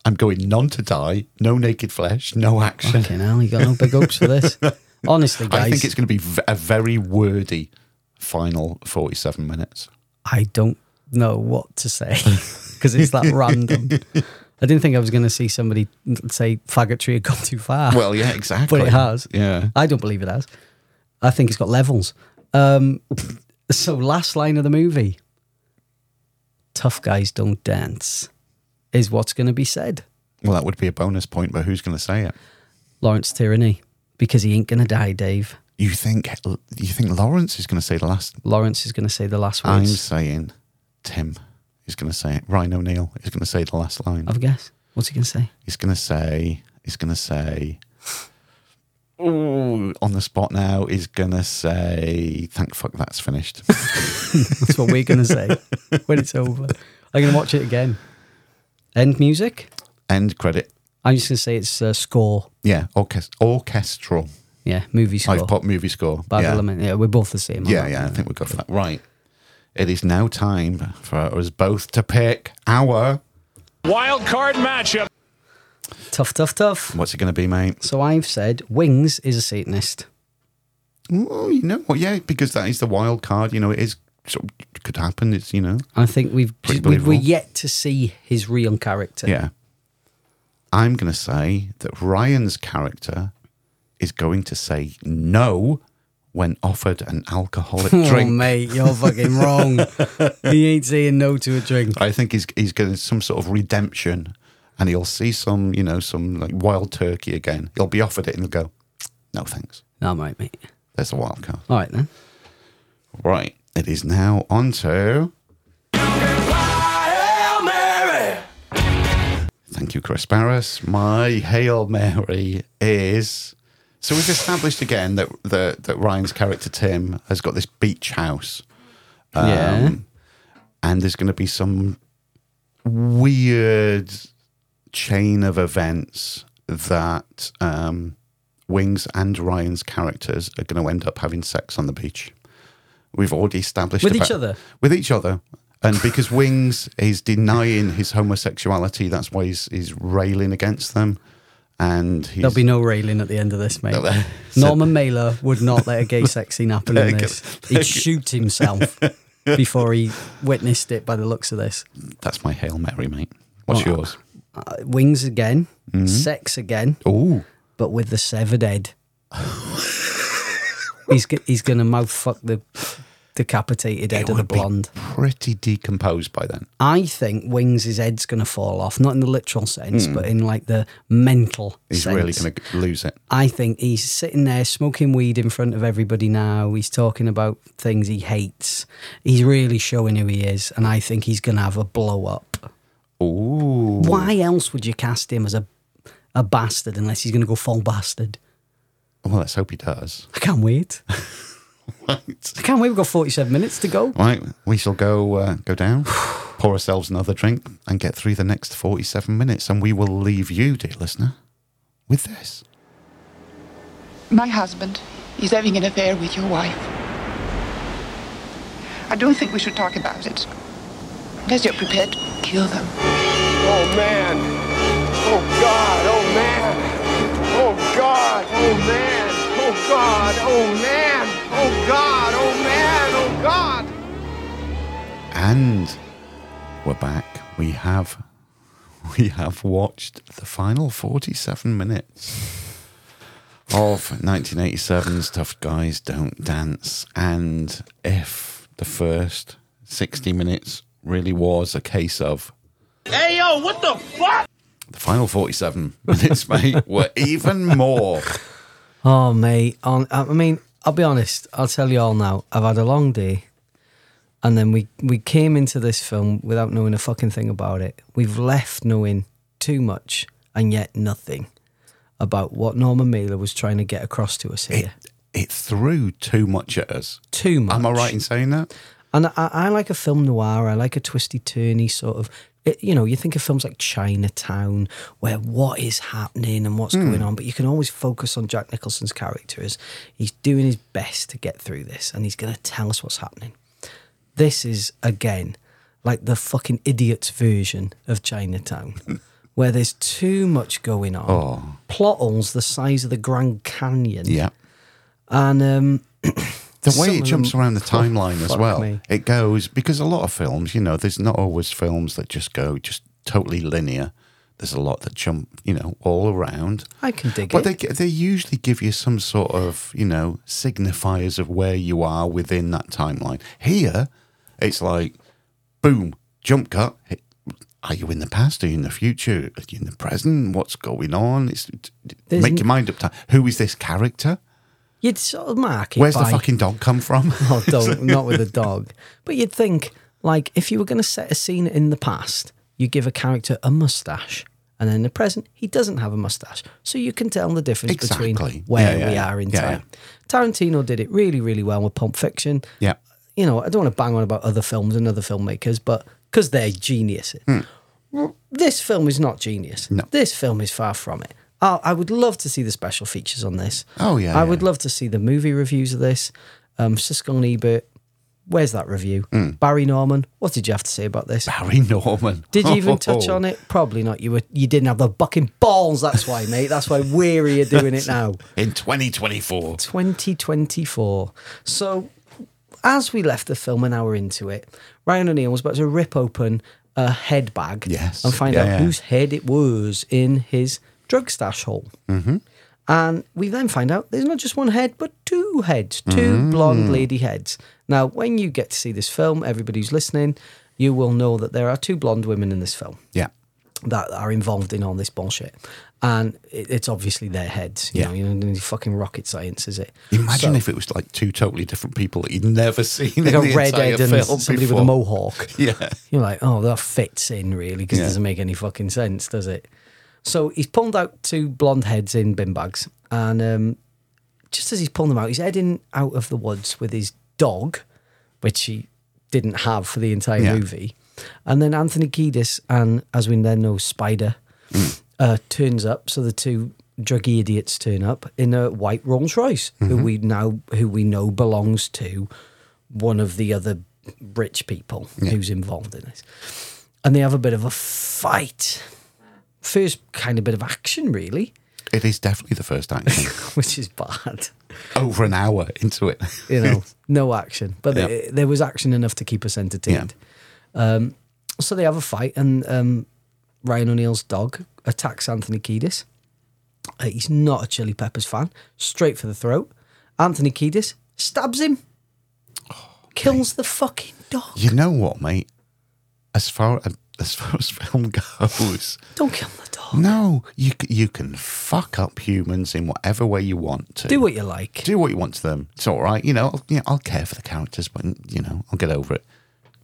I'm going none to die, no naked flesh, no action. okay, now you got no big hopes for this. Honestly, guys, I think it's going to be v- a very wordy final 47 minutes. I don't know what to say because it's that random. I didn't think I was going to see somebody say faggotry had gone too far. Well, yeah, exactly. has. Yeah. I don't believe it has. I think it's got levels. Um, So, last line of the movie tough guys don't dance is what's going to be said. Well, that would be a bonus point, but who's going to say it? Lawrence Tyranny, because he ain't going to die, Dave. You think you think Lawrence is going to say the last? Lawrence is going to say the last I'm words. saying Tim is going to say it. Ryan O'Neill is going to say the last line. Have a guess. What's he going to say? He's going to say. He's going to say. Ooh, on the spot now is going to say, "Thank fuck that's finished." That's what we're going to say when it's over. I'm going to watch it again. End music? End credit. I'm just going to say it's uh, score. Yeah, orchest- orchestral. Yeah, movie score. I've pop movie score. Bad yeah. element. Yeah, we're both the same. aren't Yeah, we? yeah, I think we got for that. Right. It is now time for us both to pick our. Wild card matchup. Tough, tough, tough. What's it going to be, mate? So I've said Wings is a Satanist. Oh, you know, well, yeah, because that is the wild card. You know, it is sort of- could happen. It's you know, I think we've Pretty we, we're believable. yet to see his real character. yeah. I'm going to say that Ryan's character is going to say no when offered an alcoholic Oh, drink. mate, you're fucking wrong. he ain't saying no to a drink. I think he's he's getting some sort of redemption, and he'll see some you know some like wild turkey again. He'll be offered it and he'll go, no thanks. No, mate, mate. There's a wild card. All right then. Right, it is now on to. Thank you, Chris Barris. My Hail Mary is. So we've established again that, that that Ryan's character Tim has got this beach house, Um, yeah. and there's going to be some weird chain of events that um, Wings and Ryan's characters are going to end up having sex on the beach. We've already established With about- each other? With each other, and because Wings is denying his homosexuality, that's why he's, he's railing against them. And he's, There'll be no railing at the end of this, mate. there- Norman Mailer would not let a gay sex scene happen in this. He'd shoot himself before he witnessed it by the looks of this. that's my hail mary, mate. What's Well, yours? Uh, wings again, sex again, Oh, but with the severed head. he's go- he's going to mouth fuck the decapitated head of the blonde. pretty decomposed by then. I think Wings' head's going to fall off, not in the literal sense, but in like the mental He's sense. really going to lose it. I think he's sitting there smoking weed in front of everybody now. He's talking about things he hates. He's really showing who he is, and I think he's going to have a blow up. Ooh. Why else would you cast him as a a bastard unless he's going to go full bastard? Well, let's hope he does. I can't wait. Right. I can't wait. We've got 47 minutes to go. Right, we shall go uh, go down, pour ourselves another drink, and get through the next forty-seven minutes. And we will leave you, dear listener, with this. My husband is having an affair with your wife. I don't think we should talk about it. Unless you're prepared to kill them. Oh, man. Oh, God. Oh, man. Oh, God. Oh, man. Oh, God. Oh, man. Oh, God. Oh, man. Oh, God. And we're back. We have we have watched the final forty-seven minutes of 1987's Tough Guys Don't Dance. And if the first sixty minutes really was a case of Hey, yo, what the fuck? the final forty-seven minutes, mate, were even more. Oh, mate. On, I mean, I'll be honest. I'll tell you all now. I've had a long day. And then we, we came into this film without knowing a fucking thing about it. We've left knowing too much and yet nothing about what Norman Mailer was trying to get across to us it here. it threw too much at us. too much. Am I right in saying that? And I, I like a film noir. I like a twisty turny sort of. It, you know, you think of films like Chinatown, where what is happening and what's Hmm. going on, but you can always focus on Jack Nicholson's character as he's doing his best to get through this, and he's going to tell us what's happening. This is again like the fucking idiot's version of Chinatown, where there's too much going on. Plot holes the size of the Grand Canyon, Oh. Yeah. and um, The Some way it of jumps them- around the Oh, timeline as fuck well, me. it goes because a lot of films, you know, there's not always films that just go just totally linear. There's a lot that jump, you know, all around. I can dig But it. they they usually give you some sort of you know signifiers of where you are within that timeline. Here, it's like, boom, jump cut. Hey, Are you in the past? Are you in the future? Are you in the present? What's going on? It's There's make n- your mind up. Time. Who is this character? You'd sort of mark it. Where's the by- fucking dog come from? Oh, don't not with a dog. But you'd think, like, if you were going to set a scene in the past, you give a character a mustache, and in the present, he doesn't have a mustache, so you can tell the difference Exactly. between where Yeah, we yeah. are in Yeah, time. Tarantino did it really, really well with Pulp Fiction. yeah, You know, I don't want to bang on about other films and other filmmakers, but because they're geniuses. This film is not genius. Hmm. No. This film is far from it. I, I would love to see the special features on this. Oh, yeah, I yeah. would love to see the movie reviews of this. Um, Siskel and Ebert, where's that review? Hmm. Barry Norman, what did you have to say about this? Barry Norman. Did you Oh. even touch on it? Probably not. You were you didn't have the fucking balls. That's why, mate. That's why we're here doing it now. in 2024? 2024. So, as we left the film an hour into it, Ryan O'Neill was about to rip open a head bag Yes. and find Yeah, out yeah. whose head it was in his drug stash hole. Mm-hmm. And we then find out there's not just one head, but two heads, 2 Mm. blonde lady heads. Now, when you get to see this film, everybody who's listening, you will know that there are two blonde women in this film Yeah, that are involved in all this bullshit. And it, it's obviously their heads. You Yeah. know, you don't need fucking rocket science, is it? imagine So, if it was like two totally different people that you'd never seen in like the a redhead entire and film somebody before. with a mohawk. Yeah. You're like, oh, that fits in really because it Yeah. doesn't make any fucking sense, does it? So he's pulled out two blonde heads in bin bags, and um, just as he's pulling them out, he's heading out of the woods with his dog, which he didn't have for the entire Yeah. movie. And then Anthony Kiedis and, as we then know, Spider Mm. uh, turns up. So the two druggy idiots turn up in a white Rolls Royce, Mm-hmm. who we now who we know belongs to one of the other rich people who's involved in this. And they have a bit of a fight. First kind of bit of action, really, It is definitely the first action. which is bad. Over an hour into it. you know, no action. But Yeah. th- there was action enough to keep us entertained. Um, so they have a fight, and um, Ryan O'Neill's dog attacks Anthony Kiedis. Uh, he's not a Chili Peppers fan. Straight for the throat. Anthony Kiedis stabs him, kills the fucking dog. You know what, mate? As far uh, as far as film goes, Don't kill the dog. no, you c- you can fuck up humans in whatever way you want to. Do what you like. do what you want to them. It's all right. You know, I'll, you know, I'll care for the characters, but you know, I'll get over it.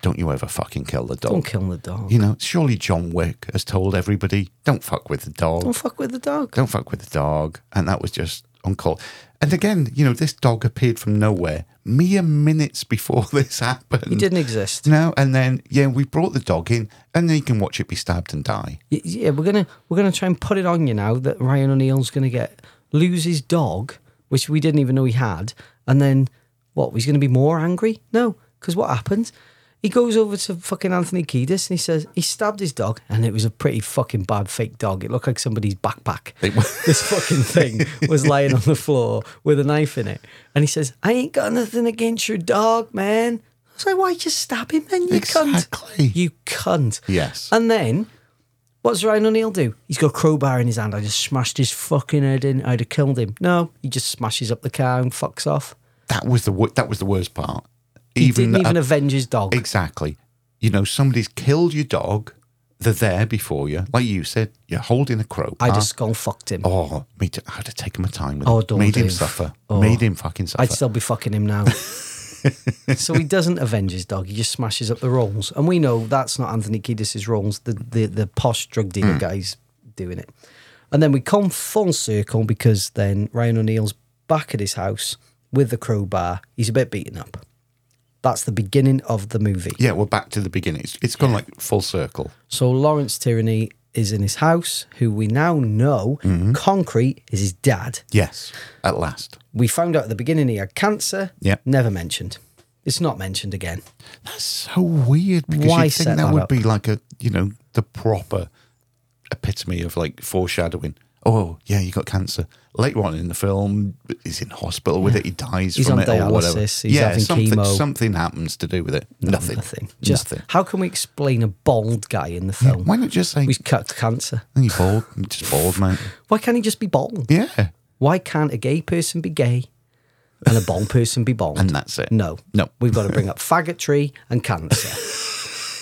Don't you ever fucking kill the dog. Don't kill the dog. You know, surely John Wick has told everybody, don't fuck with the dog. Don't fuck with the dog. Don't fuck with the dog. And that was just uncalled. And again, you know, this dog appeared from nowhere mere minutes before this happened. He didn't exist. No, and then yeah, we brought the dog in, and then you can watch it be stabbed and die. Y- Yeah, we're gonna we're gonna try and put it on you now that Ryan O'Neill's gonna get lose his dog, which we didn't even know he had, and then what? He's gonna be more angry? No, because what happens? He goes over to fucking Anthony Kiedis and he says he stabbed his dog, and it was a pretty fucking bad fake dog. It looked like somebody's backpack. this fucking thing was lying on the floor with a knife in it, and he says, "I ain't got nothing against your dog, man." I was like, "Why you stab him, then? You Exactly. cunt! You cunt!" Yes. And then What's Ryan O'Neill do? He's got a crowbar in his hand. I just smashed his fucking head in. I'd have killed him. No, he just smashes up the car and fucks off. That was the wo- that was the worst part. He didn't even uh, avenge his dog. exactly. You know, somebody's killed your dog. They're there before you, like you said. You're holding a crowbar. I just skull fucked him. Oh, me too. I'd have taken my time with Oh, him. don't, Made him Dave. suffer. Oh. Made him fucking suffer. I'd still be fucking him now. so he doesn't avenge his dog. He just smashes up the rolls, and we know that's not Anthony Kiedis's rolls. The the the posh drug dealer guy's doing it, and then we come full circle because then Ryan O'Neill's back at his house with the crowbar. He's a bit beaten up. That's the beginning of the movie. yeah, we're back to the beginning. It's, it's gone like full circle. So Lawrence Tyranny is in his house, who we now know concrete is his dad. Yes, at last. We found out at the beginning he had cancer. Yeah. Never mentioned. It's not mentioned again. That's so weird because Why you set think that, that would up? be like a you know the proper epitome of like foreshadowing. oh, yeah, you got cancer. Later on in the film, he's in hospital with it. He dies He's from on it or whatever. dialysis, he's yeah, having something, chemo. something happens to do with it. nothing. Nothing. Just how can we explain a bald guy in the film? why not just say he's cut cancer? And you're bald. You're just bald, mate. Why can't he just be bald? Yeah. Why can't a gay person be gay and a bald person be bald? And that's it. No, No. we've got to bring up faggotry and cancer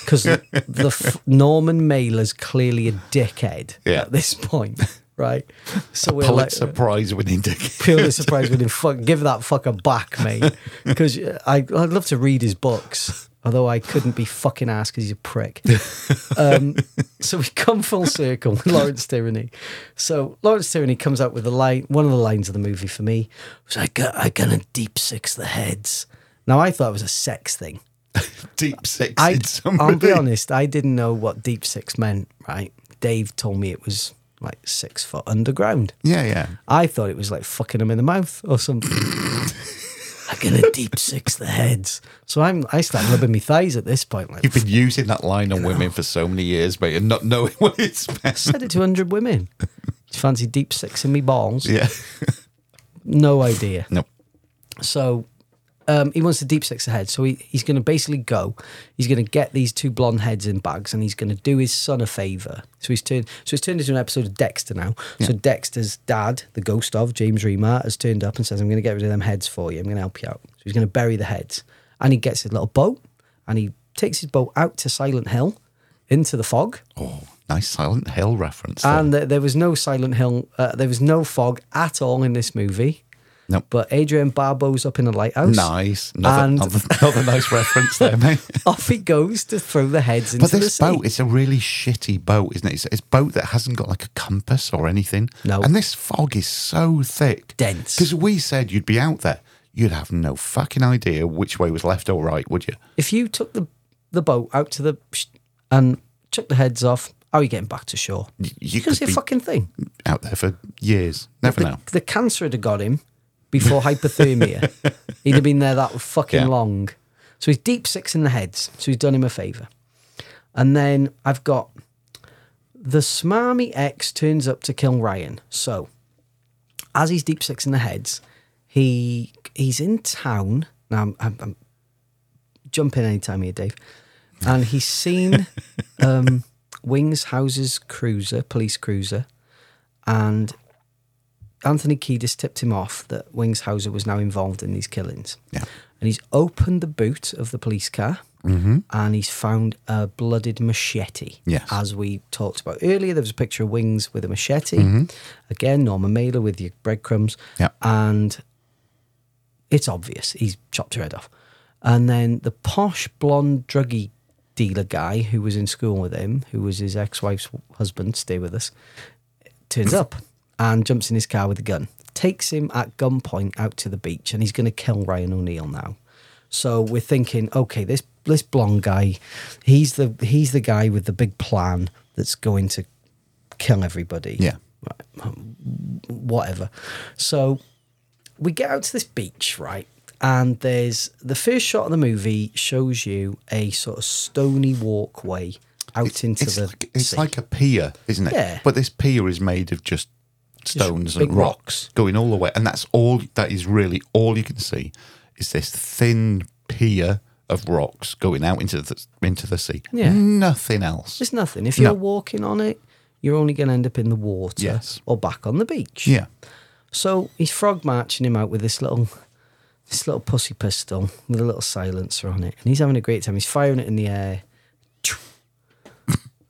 because the, the f- Norman Mailer's clearly a dickhead Yeah. at this point, right? So we're like, Pulitzer Prize winning dick. purely surprised we didn't fuck, give that fucker back, mate. Because I I'd love to read his books, although I couldn't be fucking asked because he's a prick. Um, so we come full circle with Lawrence Tyranny. So Lawrence Tyranny comes out with the line, one of the lines of the movie for me was I got I gonna deep six the heads. Now I thought it was a sex thing. Deep six. I in somebody. I'll be honest, I didn't know what deep six meant. Right, Dave told me it was like six foot underground. Yeah, yeah. I thought it was like fucking him in the mouth or something. I'm gonna deep six the heads. So I'm I start rubbing my thighs at this point. Like You've been using that line on women for so many years, mate, and not knowing what it's meant. said it to hundred women. Do you fancy deep sixing me balls? Yeah. No idea. No. So um, he wants to deep six the head. So he, he's gonna basically go. He's gonna get these two blonde heads in bags and he's gonna do his son a favour. So he's turned so it's turned into an episode of Dexter now. So Dexter's dad, the ghost of James Remar, has turned up and says, I'm gonna get rid of them heads for you. I'm gonna help you out. So he's gonna bury the heads. And he gets his little boat and he takes his boat out to Silent Hill into the fog. Oh, nice Silent Hill reference. there. And th- there was no Silent Hill, uh, there was no fog at all in this movie. Nope. But Adrian Barbeau's up in a lighthouse. nice. Another, And- another, another nice reference there, mate. Off he goes to throw the heads into But this the sea. boat, it's a really shitty boat, isn't it? It's, it's a boat that hasn't got like a compass or anything. No. And this fog is so thick. Dense. Because we said you'd be out there. You'd have no fucking idea which way was left or right, would you? if you took the the boat out to the sh- and took the heads off, how are you getting back to shore? Y- You Because could you be fucking thing. out there for years. Never The, know. the cancer had got him before hypothermia. He'd have been there that fucking Yeah. long. So he's deep six in the heads. So he's done him a favour. And then I've got the smarmy ex turns up to kill Ryan. So as he's deep six in the heads, he he's in town. Now I'm, I'm, I'm jump in anytime here, Dave. And he's seen um, Wings House's cruiser, police cruiser, and Anthony Kiedis tipped him off that Wings Hauser was now involved in these killings. Yeah. And he's opened the boot of the police car and he's found a blooded machete. Yes. As we talked about earlier, there was a picture of Wings with a machete. Again, Norman Mailer with your breadcrumbs. Yeah. And it's obvious he's chopped her head off. And then the posh blonde druggy dealer guy who was in school with him, who was his ex wife's husband, stay with us, turns up and jumps in his car with a gun, takes him at gunpoint out to the beach, and he's going to kill Ryan O'Neill now. So we're thinking, okay, this this blonde guy, he's the he's the guy with the big plan that's going to kill everybody. Yeah. Right, whatever. So we get out to this beach, right? And there's the first shot of the movie shows you a sort of stony walkway out into it's the like, it's sea. like a pier, isn't it? Yeah. But this pier is made of just stones big and rocks rocks. going all the way, and that's all. That is really all you can see is this thin pier of rocks going out into the into the sea. Yeah. Nothing else. There's nothing. If you're No. walking on it, you're only going to end up in the water Yes. or back on the beach. yeah. So he's frog marching him out with this little, this little pussy pistol with a little silencer on it, and he's having a great time. He's firing it in the air.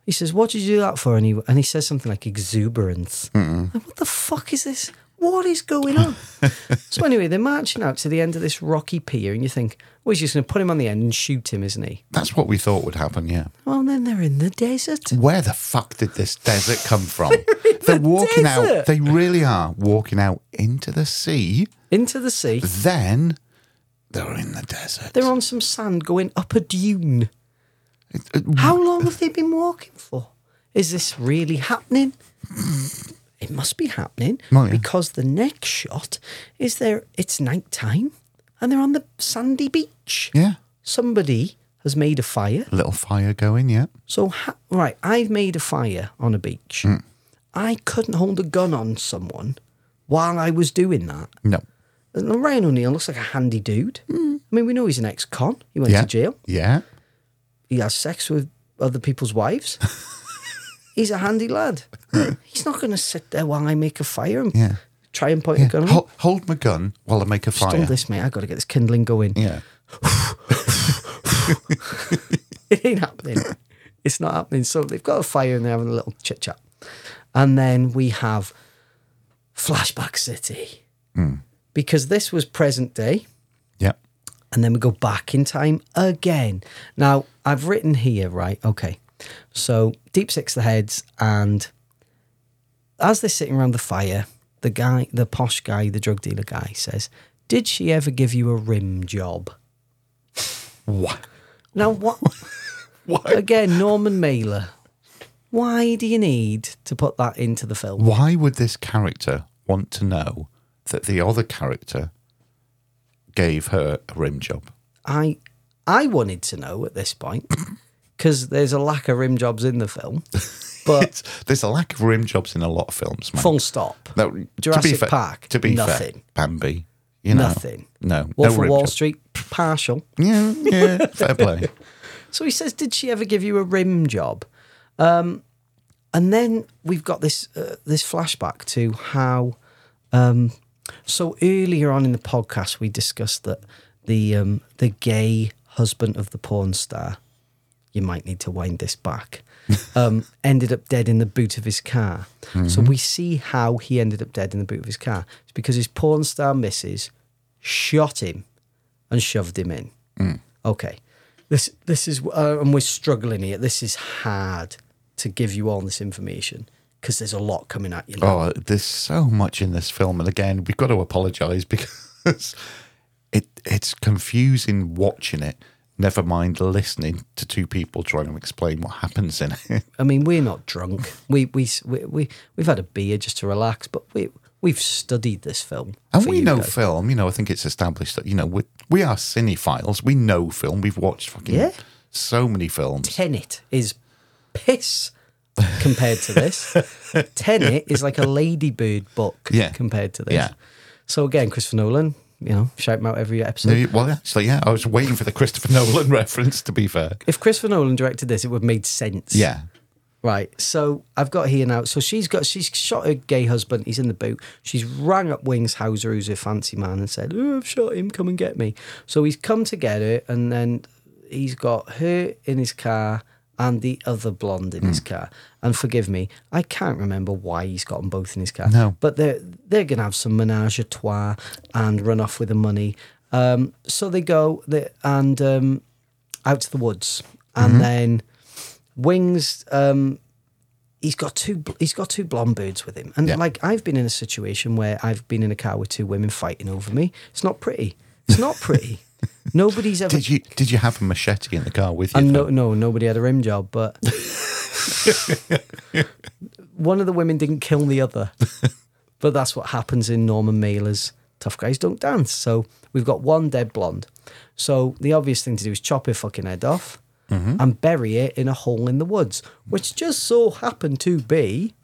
He says, "What did you do that for?" And he and he says something like exuberance. Like, what the fuck is this? What is going on? so anyway, they're marching out to the end of this rocky pier, and you think, "Well, he's just going to put him on the end and shoot him, isn't he?" That's what we thought would happen. Yeah. Well, then they're in the desert. Where the fuck did this desert come from? They're walking desert. out. They really are walking out into the sea. into the sea. Then they're in the desert. They're on some sand going up a dune. It- it- How long have they been walking for? Is this really happening? It must be happening Well, Oh, yeah. because the next shot is there. It's night time and they're on the sandy beach. yeah. Somebody has made a fire. Little fire going. Yeah. Hmm. So, ha- right, I've made a fire on a beach I couldn't hold a gun on someone while I was doing that. No. And Ryan O'Neill looks like a handy dude. I mean, we know he's an ex-con. He went Hmm. yeah. to jail. Yeah. He has sex with other people's wives. he's a handy lad. he's not going to sit there while I make a fire and Yeah. try and point yeah. a gun. at him. Hold, hold my gun while I make a Just fire. on this, mate. I got to get this kindling going. Yeah. it ain't happening. It's not happening. So they've got a fire and they're having a little chit chat. And then we have Flashback City. Hmm. Because this was present day. Yeah. And then we go back in time again. Now, I've written here, right? Okay. So Deep Six the Heads, and as they're sitting around the fire, the guy, the posh guy, the drug dealer guy says, Did she ever give you a rim job? What? Now, what? Again, Norman Mailer. Why do you need to put that into the film? Why would this character want to know that the other character gave her a rim job? I I wanted to know at this point because there's a lack of rim jobs in the film, but There's a lack of rim jobs in a lot of films, man. full stop. No, to be Jurassic fair- Park, To be fair, nothing. Bambi. You know, Nothing. No. Wolf no of rim Wall job. Mm. Street, partial. Yeah, yeah. fair play. So he says, "Did she ever give you a rim job?" Um, and then we've got this uh, this flashback to how. Um, so earlier on in the podcast, we discussed that the um, the gay husband of the porn star. You might need to wind this back. Um, ended up dead in the boot of his car. So we see how he ended up dead in the boot of his car. It's because his porn star missus shot him and shoved him in. Okay, this this is uh, and we're struggling here. This is hard to give you all this information because there's a lot coming at you. Now. Oh, there's so much in this film, and again, we've got to apologise because it it's confusing watching it. Never mind listening to two people trying to explain what happens in it. I mean, we're not drunk. We we we, we we've had a beer just to relax, but we we've studied this film. And for we you know guys. film. You know, I think it's established that you know we we are cinephiles. We know film. We've watched fucking Yeah. so many films. Tenet is piss compared to this. Tenet is like a ladybird book Yeah. compared to this. Yeah. So again, Christopher Nolan, you know, shout him out every episode. No, Well, actually, yeah, I was waiting for the Christopher Nolan reference. To be fair, If Christopher Nolan directed this, it would have made sense. yeah, Right. So I've got here now. So she's got she's shot her gay husband. He's in the boot. She's rang up Wings Hauser, who's her fancy man, and said, "Oh, I've shot him. Come and get me." So he's come to get her, and then he's got her in his car and the other blonde in his car. And forgive me, I can't remember why he's got them both in his car. No. But they're they're gonna have some menage a trois and run off with the money. Um, so they go they, and um, out to the woods, and Mm-hmm. then. Wings. Um, he's got two. bl- He's got two blonde birds with him, and Yeah. like I've been in a situation where I've been in a car with two women fighting over me. It's not pretty. It's not pretty. Nobody's ever. Did you did you have a machete in the car with you? and though? no, no, nobody had a rim job, but one of the women didn't kill the other. But that's what happens in Norman Mailer's Tough Guys Don't Dance. So we've got one dead blonde. So the obvious thing to do is chop her fucking head off Mm-hmm. and bury it in a hole in the woods, which just so happened to be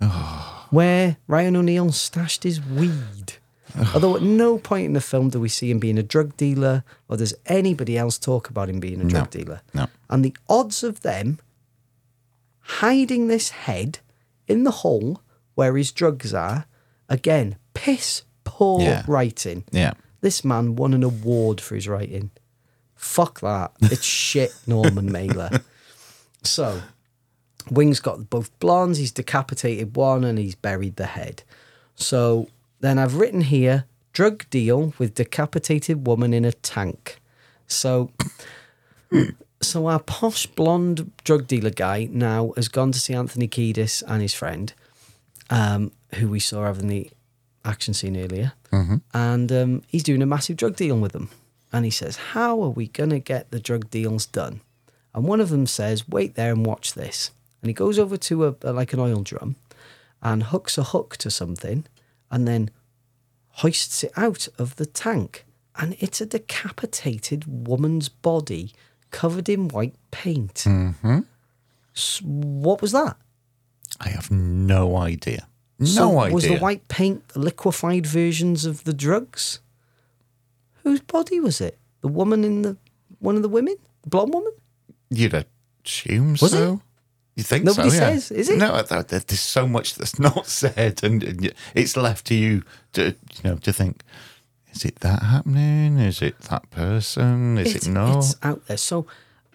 where Ryan O'Neill stashed his weed. Although at no point in the film do we see him being a drug dealer or does anybody else talk about him being a drug dealer. no. And the odds of them hiding this head in the hole where his drugs are. Again, piss poor Yeah. writing. Yeah. This man won an award for his writing. Fuck that. It's shit, Norman Mailer. So, Wing's got both blondes. He's decapitated one and he's buried the head. So, then I've written here drug deal with decapitated woman in a tank. So, so our posh blonde drug dealer guy now has gone to see Anthony Kiedis and his friend, um, who we saw having the action scene earlier, and um, he's doing a massive drug deal with them. And he says, "How are we gonna get the drug deals done?" And one of them says, "Wait there and watch this." And he goes over to a, a like an oil drum, and hooks a hook to something, and then hoists it out of the tank, and it's a decapitated woman's body covered in white paint. S- What was that? I have no idea. No idea. Was the white paint the liquefied versions of the drugs? Whose body was it? The woman in the one of the women, the blonde woman. You'd assume Was it? so. You think Nobody so? yeah. says, is it? No, I thought that there's so much that's not said, and, and y- it's left to you to you know to think: is it that happening? Is it that person? Is It's- it not? It's out there. So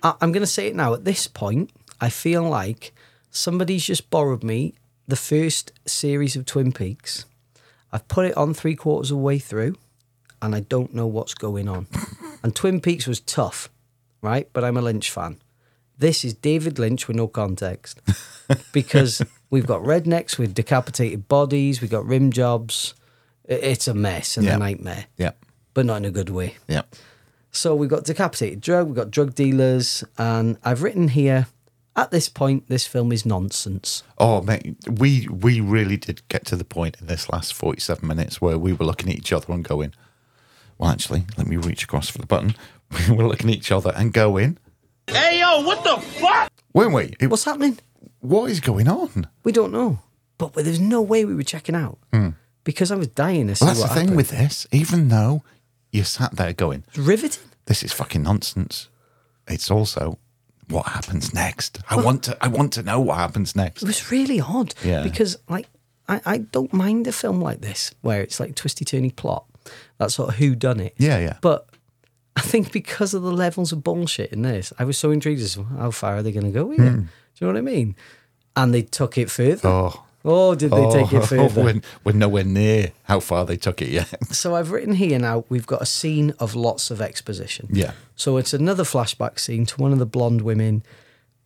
I, I'm going to say it now. At this point, I feel like somebody's just borrowed me the first series of Twin Peaks. I've put it on three quarters of the way through, and I don't know what's going on. and Twin Peaks was tough, right? But I'm a Lynch fan. This is David Lynch with no context because we've got rednecks with decapitated bodies, we've got rim jobs. I- It's a mess and Yeah. a nightmare, Yeah, but not in a good way. yeah. So we've got decapitated drug, we've got drug dealers, and I've written here at this point, this film is nonsense. Oh mate, we we really did get to the point in this last forty-seven minutes where we were looking at each other and going, "Well, actually, let me reach across for the button." We were looking at each other and going, Hey, yo, what the fuck? "Weren't we? It, What's happening? what is going on?" We don't know. But there's no way we were checking out because I was dying to Hmm. see Well, that's the what thing happened. with this. Even though you sat there going, It's riveting. this is fucking nonsense. It's also what happens next. I want to. I want to know what happens next. It was really odd Yeah. because like I, I don't mind a film like this where it's like twisty turny plot, that sort of who done it. Yeah, yeah. But I think because of the levels of bullshit in this, I was so intrigued as to how far are they going to go with it? Hmm. Do you know what I mean? And they took it further. Oh. Oh, did they take it further? We're, we're nowhere near how far they took it yet. So I've written here now we've got a scene of lots of exposition. Yeah. So it's another flashback scene to one of the blonde women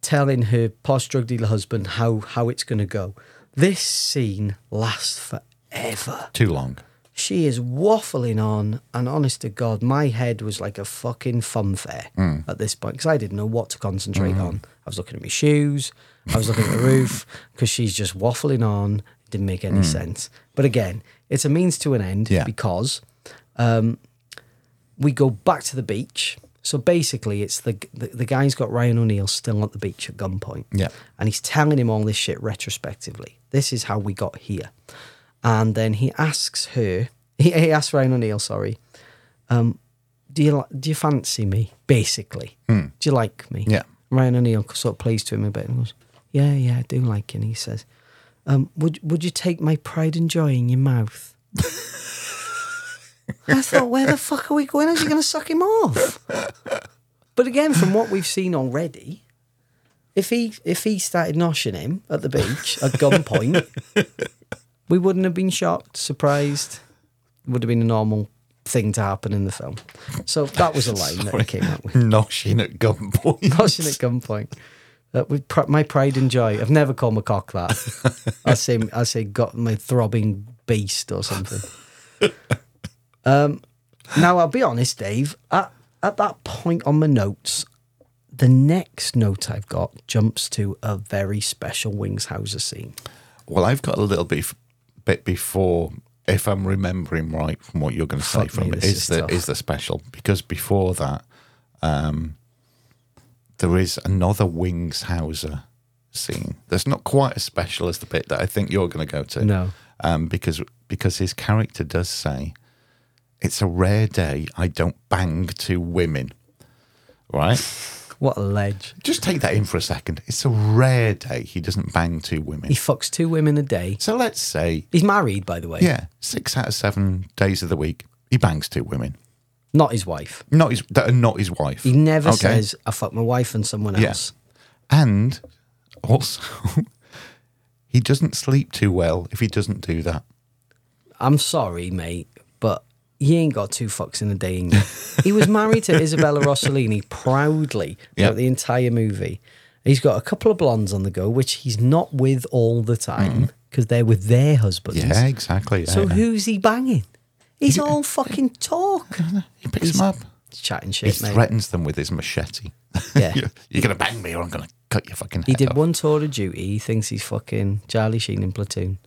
telling her posh drug dealer husband how how it's going to go. This scene lasts forever. Too long. She is waffling on, and honest to God, my head was like a fucking funfair Hmm. at this point because I didn't know what to concentrate on. I was looking at my shoes, I was looking at the roof because she's just waffling on. It didn't make any sense. But again, it's a means to an end Hmm. Yeah. because um, we go back to the beach. So basically, it's the, the the guy's got Ryan O'Neill still at the beach at gunpoint. Yeah. and he's telling him all this shit retrospectively. This is how we got here, and then he asks her. He, he asks Ryan O'Neill, sorry, um, do you li- do you fancy me? Basically, do you like me? Yeah. Ryan O'Neill sort of plays to him a bit and goes, "Yeah, yeah, I do like you." And he says, um, "Would would you take my pride and joy in your mouth?" I thought, where the fuck are we going? Is he going to suck him off? But again, from what we've seen already, if he if he started noshing him at the beach at gunpoint, we wouldn't have been shocked, surprised. It would have been a normal thing to happen in the film. So that was a line that I came up with. Noshing at gunpoint. Noshing at gunpoint. Uh, with pr- my pride and joy. I've never called my cock that. I say I say got my throbbing beast or something. Um, now I'll be honest, Dave. At at that point on my notes, the next note I've got jumps to a very special Wings Hauser scene. Well, I've got a little bit, f- bit before, if I'm remembering right from what you're going to say Fuck from me, it, this is, is the tough. is the special because before that, um, there is another Wings Hauser scene that's not quite as special as the bit that I think you're going to go to. No. um, because because his character does say, "It's a rare day I don't bang two women." Right. What a ledge! Just take that in for a second. It's a rare day he doesn't bang two women. He fucks two women a day. So let's say He's married, by the way. yeah, six out of seven days of the week, he bangs two women. Not his wife. Not his that are not his wife. He never Okay. says, "I fuck my wife and someone Yeah. else." And also he doesn't sleep too well if he doesn't do that. I'm sorry, mate, but you ain't got two fucks in a day. In you. he was married to Isabella Rossellini proudly Yep. throughout the entire movie. He's got a couple of blondes on the go, which he's not with all the time because they're with their husbands. Yeah, exactly. yeah, So yeah. who's he banging? He's all fucking talk. he picks them up. Chatting He shit, mate. threatens them with his machete. Yeah. You're, you're gonna bang me or I'm gonna cut your fucking head He did off. one tour of duty. He thinks he's fucking Charlie Sheen in Platoon.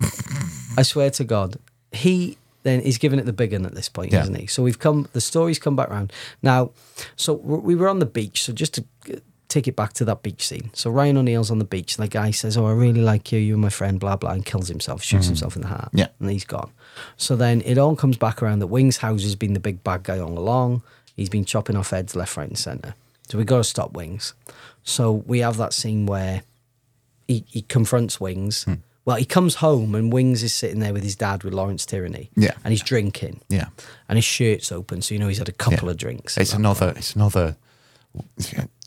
I swear to God, he then he's giving it the big one at this point, Yeah. isn't he? So we've come. The story's come back round now. So w- we were on the beach. So just to uh, take it back to that beach scene. So Ryan O'Neill's on the beach, and the guy says, "Oh, I really like you. You're my friend." Blah blah, and kills himself, shoots Mhm. himself in the heart. Yeah. and he's gone. So then it all comes back around that Wings House has been the big bad guy all along. He's been chopping off heads left, right, and centre. So we got to stop Wings. So we have that scene where he, he confronts Wings. Hmm. Well, he comes home and Wings is sitting there with his dad with Lawrence Tyranny. Yeah. And he's drinking. Yeah. And his shirt's open, so you know he's had a couple Yeah. of drinks. It's another. It's another.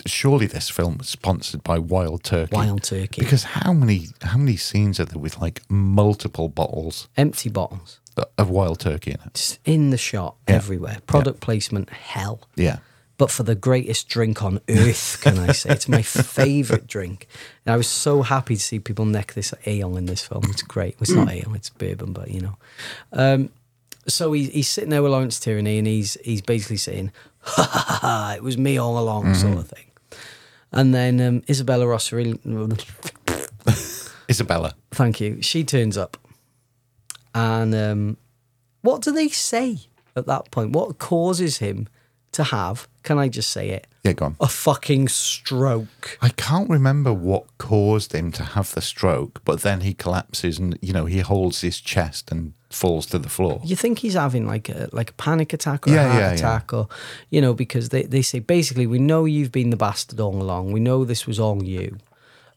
Surely this film was sponsored by Wild Turkey. Wild Turkey. Because how many how many scenes are there with like multiple bottles Empty bottles. of Wild Turkey in it? Just in the shot Yeah. everywhere. Product placement, hell. Yeah. But for the greatest drink on earth, can I say? It's my favourite drink. And I was so happy to see people neck this ale in this film. It's great. It's not ale, it's bourbon, but you know. Um, so he, he's sitting there with Lawrence Tyranny and he's he's basically saying, ha ha ha, ha it was me all along, sort of thing. And then um, Isabella Rossarini, Isabella. Thank you. She turns up. And um, what do they say at that point? What causes him to have, can I just say it, Yeah, go on. a fucking stroke? I can't remember what caused him to have the stroke, but then he collapses and you know he holds his chest and falls to the floor. You think he's having like a like a panic attack or Yeah, a heart yeah, yeah. attack or you know, because they, they say basically we know you've been the bastard all along. We know this was all you.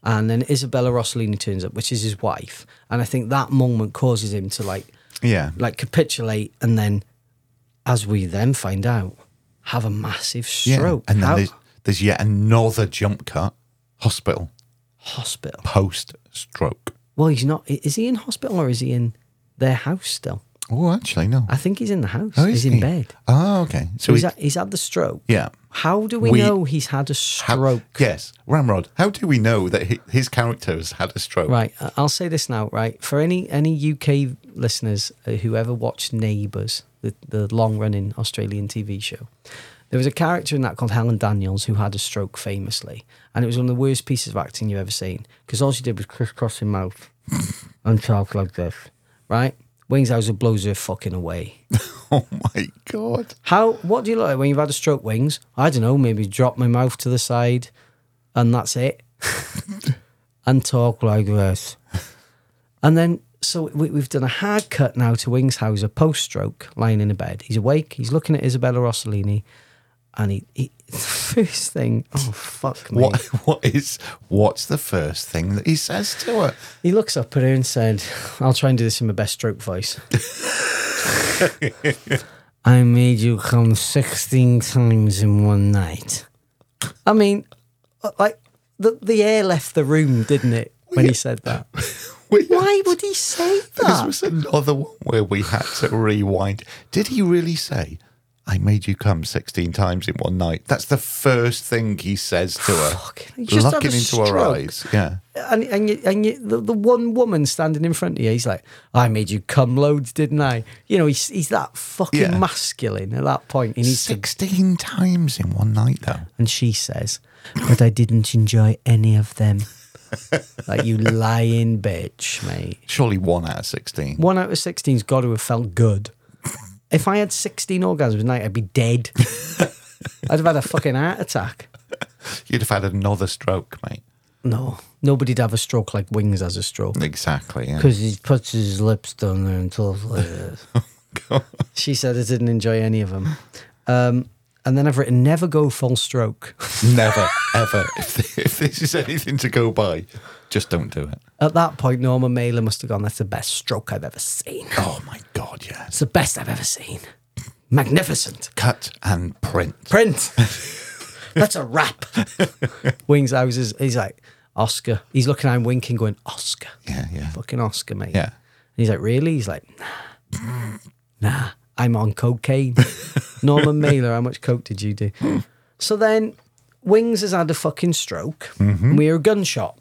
And then Isabella Rossellini turns up, which is his wife. And I think that moment causes him to like Yeah, like capitulate and then as we then find out have a massive yeah. stroke And then How- there's, there's yet another jump cut. Hospital hospital post stroke. well he's not i- is he in hospital or is he in their house still Oh, actually, no. i think he's in the house Oh, he's is in he? bed Oh, okay. So so he's, he- had, he's had the stroke yeah. how do we, We- know he's had How- a stroke yes, Ramrod. How do we know that hi- his character has had a stroke? Right, I- I'll say this now. Right, for any any UK listeners uh, who ever watched Neighbours, the the long running Australian TV show, there was a character in that called Helen Daniels who had a stroke famously, and it was one of the worst pieces of acting you've ever seen because all she did was crisscross her mouth and talk like this. Right, Wings Hauser blows her fucking away. Oh my god. How? What do you look like when you've had a stroke? Wings? I don't know. Maybe drop my mouth to the side, and that's it. and talk like this. And then, so we, we've done a hard cut now to Wings Hauser post stroke, lying in a bed. He's awake. He's looking at Isabella Rossellini, and he, he first thing. Oh fuck me! What what is what's the first thing that he says to her? He looks up at her and said, I'll try and do this in my best stroke voice. I made you come 16 times in one night. I mean, like, the, the air left the room, didn't it, when he said that? We- Why would he say This that? was another one where we had to rewind. Did he really say, I made you come 16 times in one night? That's the first thing he says to her. Fucking- he just had a looking into her stroke. eyes. Yeah. And, and, you, and you, the, the one woman standing in front of you, he's like, I made you come loads, didn't I? You know, he's, he's that fucking Yeah. masculine at that point. He needs to 16 times in one night, though. And she says, But I didn't enjoy any of them. like, you lying bitch, mate. Surely one out of 16. One out of 16's got to have felt good. If I had 16 orgasms a night, I'd be dead. I'd have had a fucking heart attack. You'd have had another stroke, mate. No, nobody'd have a stroke like Wings has a stroke. Exactly. Yeah. Because he puts his lips down there and talks like this. she said I didn't enjoy any of them. Um, and then I've written, never go full stroke. Never, ever. If, if this is anything to go by, just don't do it. At that point, Norma Mailer must have gone, that's the best stroke I've ever seen. Oh, my God, yes. It's the best I've ever seen. Magnificent. Cut and print. Print. That's a wrap. Wings House is he's like, Oscar. He's looking at him winking, going, Oscar. Yeah, yeah. Fucking Oscar, mate. Yeah. And he's like, Really? He's like, Nah. Nah. I'm on cocaine. Norman Mailer, how much coke did you do? so then Wings has had a fucking stroke. We hear a gunshot.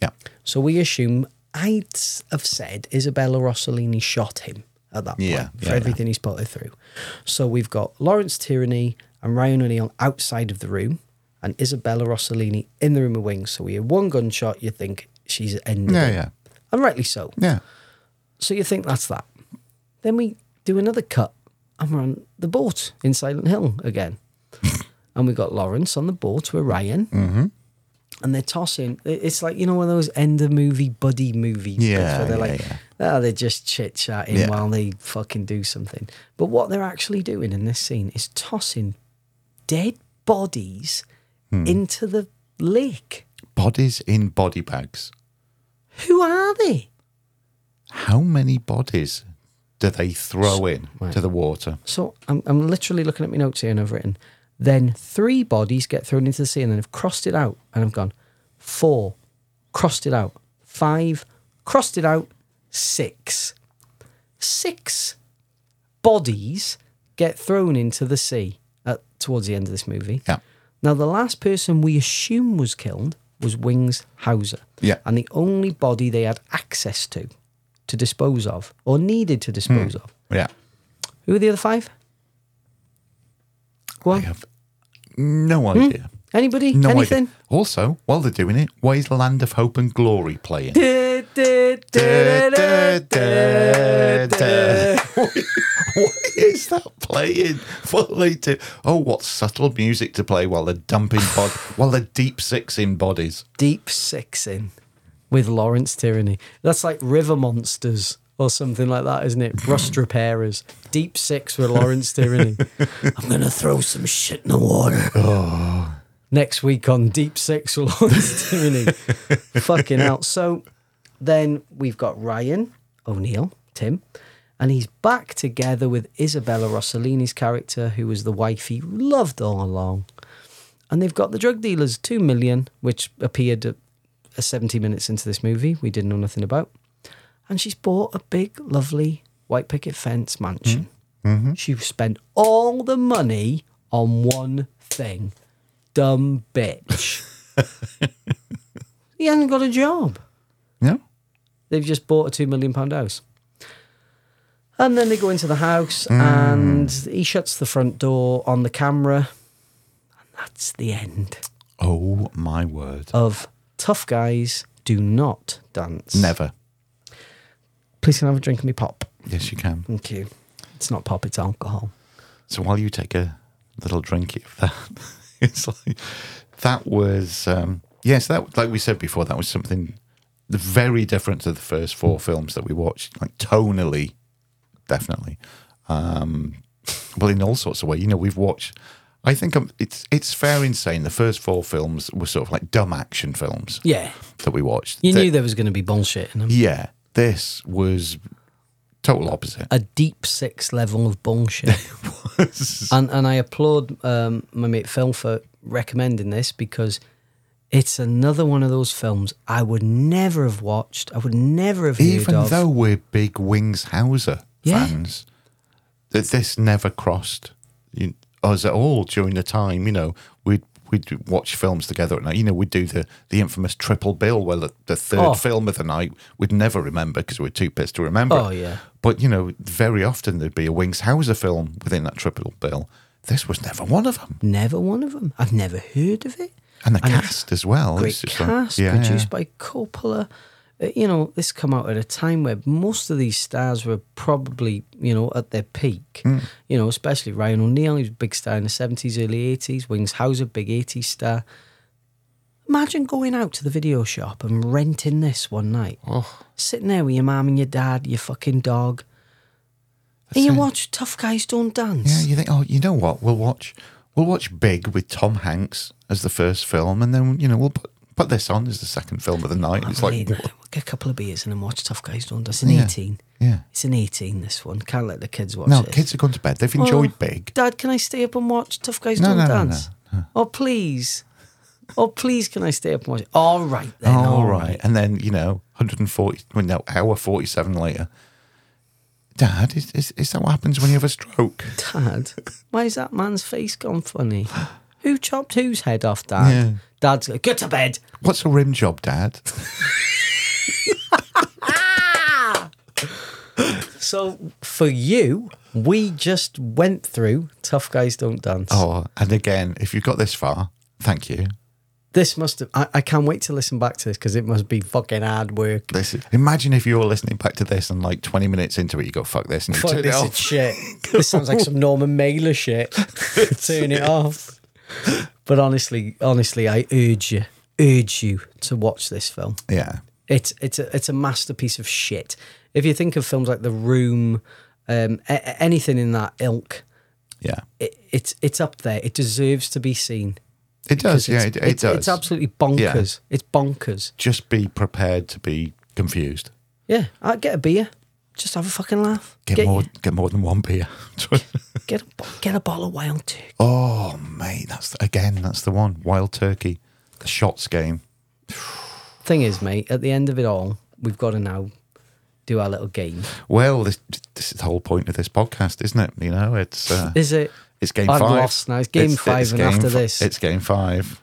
Yeah. So we assume I'd s- have said Isabella Rossellini shot him at that point Yeah, for yeah, everything he's put her through. So we've got Lawrence Tierney and Ryan O'Neill outside of the room and Isabella Rossellini in the room with wings. So we hear one gunshot, you think she's ended. Yeah, it. yeah. And rightly so. Yeah. So you think that's that. Then we do another cut and we're on the Mm-hmm. boat in Silent Hill again. and we got Lawrence on the boat with Ryan. and they're tossing. it- It's like you know one of those end of movie buddy movies bits Yeah, where they're yeah, like, oh, they're just chit chatting Yeah. while they fucking do something. But what they're actually doing in this scene is tossing dead bodies Hmm. into the lake. Bodies in body bags. Who are they? How many bodies do they throw in to the water? So I'm, I'm literally looking at my notes here and I've written, then three bodies get thrown into the sea and then I've crossed it out and I've gone, four, crossed it out, five, crossed it out, six. Six bodies get thrown into the sea at, towards the end of this movie. Yeah. Now, the last person we assume was killed was Wings Hauser. Yeah. And the only body they had access to, to dispose of, or needed to dispose Hmm. of, Yeah. who are the other five? Go on. No idea. Anybody? No Anything? idea. Also, while they're doing it, why is Land of Hope and Glory playing? what is that playing? What are they do? Oh, what subtle music to play while they're dumping bod, while they're deep sixing bodies. Deep six in with Lawrence Tyranny. That's like River Monsters or something like that, isn't it? Rust Repairers. Deep six with Lawrence Tyranny. I'm going to throw some shit in the water. Oh. Next week on Deep Six with Lawrence Tyranny. Fucking hell. So then we've got Ryan O'Neill, Tim, and he's back together with Isabella Rossellini's character, who was the wife he loved all along. And they've got the drug dealers, two million, which appeared at uh, 70 minutes into this movie. We didn't know nothing about. And she's bought a big, lovely white picket fence mansion. She spent all the money on one thing. Dumb bitch. he hasn't got a job. No. They've just bought a two million pound house. And then they go into the house and he shuts the front door on the camera. And that's the end Oh my word. of Tough Guys Do Not Dance. Never. Please can I have a drink of me pop? Yes, you can. Thank you. It's not pop, it's alcohol. So while you take a little drink of that, it's like that was um, yes, that like we said before, that was something very different to the first four films that we watched, like tonally, definitely. Um, well, in all sorts of ways, you know, we've watched. I think i it's it's fair in saying the first four films were sort of like dumb action films Yeah. that we watched. You That- knew there was going to be bullshit in them. yeah. This was total opposite. A deep six level of bullshit. And, and I applaud um, my mate Phil for recommending this because it's another one of those films I would never have watched. I would never have heard even of. though we're big Wings Hauser Yeah. fans, that this never crossed you, us at all during the time. You know, we'd we'd watch films together at night. You know, we'd do the the infamous triple bill where the, the third Oh. film of the night we'd never remember because we're too pissed to remember. Oh, it. yeah. But you know, very often there'd be a Wings Hauser film within that triple bill. This was never one of them, never one of them. I've never heard of it. and the And it's cast as well. uh, Great It's just like- cast, produced by Coppola. Uh, You know, this come out at a time where most of these stars were probably, you know, at their peak. Hmm. You know, especially Ryan O'Neill, he was a big star in the 70s, early 80s. Wings Hauser, big 80s star. Imagine going out to the video shop and renting this one night. Oh. Sitting there with your mum and your dad, your fucking dog. and you it. watch Tough Guys Don't Yeah, Dance. you think, oh, you know what? We'll watch, we'll watch Big with Tom Hanks as the first film, and then you know we'll put, put this on as the second film of the night. I'm It's really- like, we'll Oh, get a couple of beers and then watch Tough Guys Don't Dance. It's an Yeah. 18. yeah, It's an 18, this one. Can't let the kids watch no, it. kids have gone to bed. They've Oh, enjoyed Big. Dad, can I stay up and watch Tough Guys No, Don't no, no, no, Dance? Oh, please. Oh, please, can I stay up and watch it? All right, then. all Oh, right. and then you know, 140, well, no, hour 47 later. Dad, is, is, is that what happens when you have a stroke? Dad, why is that man's face gone funny? Who chopped whose head off, Dad? Yeah. Dad's like, get to bed. What's a rim job, Dad? Ah! So, for you, we just went through Tough Guys Don't Dance. Oh, and again, if you've got this far, thank you. This must have, I, I can't wait to listen back to this because it must be fucking hard work. This is, imagine if you were listening back to this and like 20 minutes into it, you go, fuck this, and you Fuck turn it this off. is shit. This sounds like some Norman Mailer shit. Turn it off. But honestly, honestly, I urge you urge you to watch this film. Yeah. It's it's a it's a masterpiece of shit. If you think of films like The Room, um, a- a- anything in that ilk, Yeah. it, it's it's up there. It deserves to be seen. It does. Because Yeah, it, it's, it it's- does. It's absolutely bonkers. It's bonkers. Just be prepared to be confused. Yeah, I get a beer. Just have a fucking laugh. Get, more. Get more than one beer. Get a bo- get a bottle of wild turkey. oh mate, that's again. That's the one. Wild turkey. The shots game. Thing is, mate, at the end of it all, we've got to now do our little game. Well, this, this is the whole point of this podcast, isn't it? You know, it's uh, Is it? it's game I've five. lost now. It's game five, and game after fi- this, it's game five.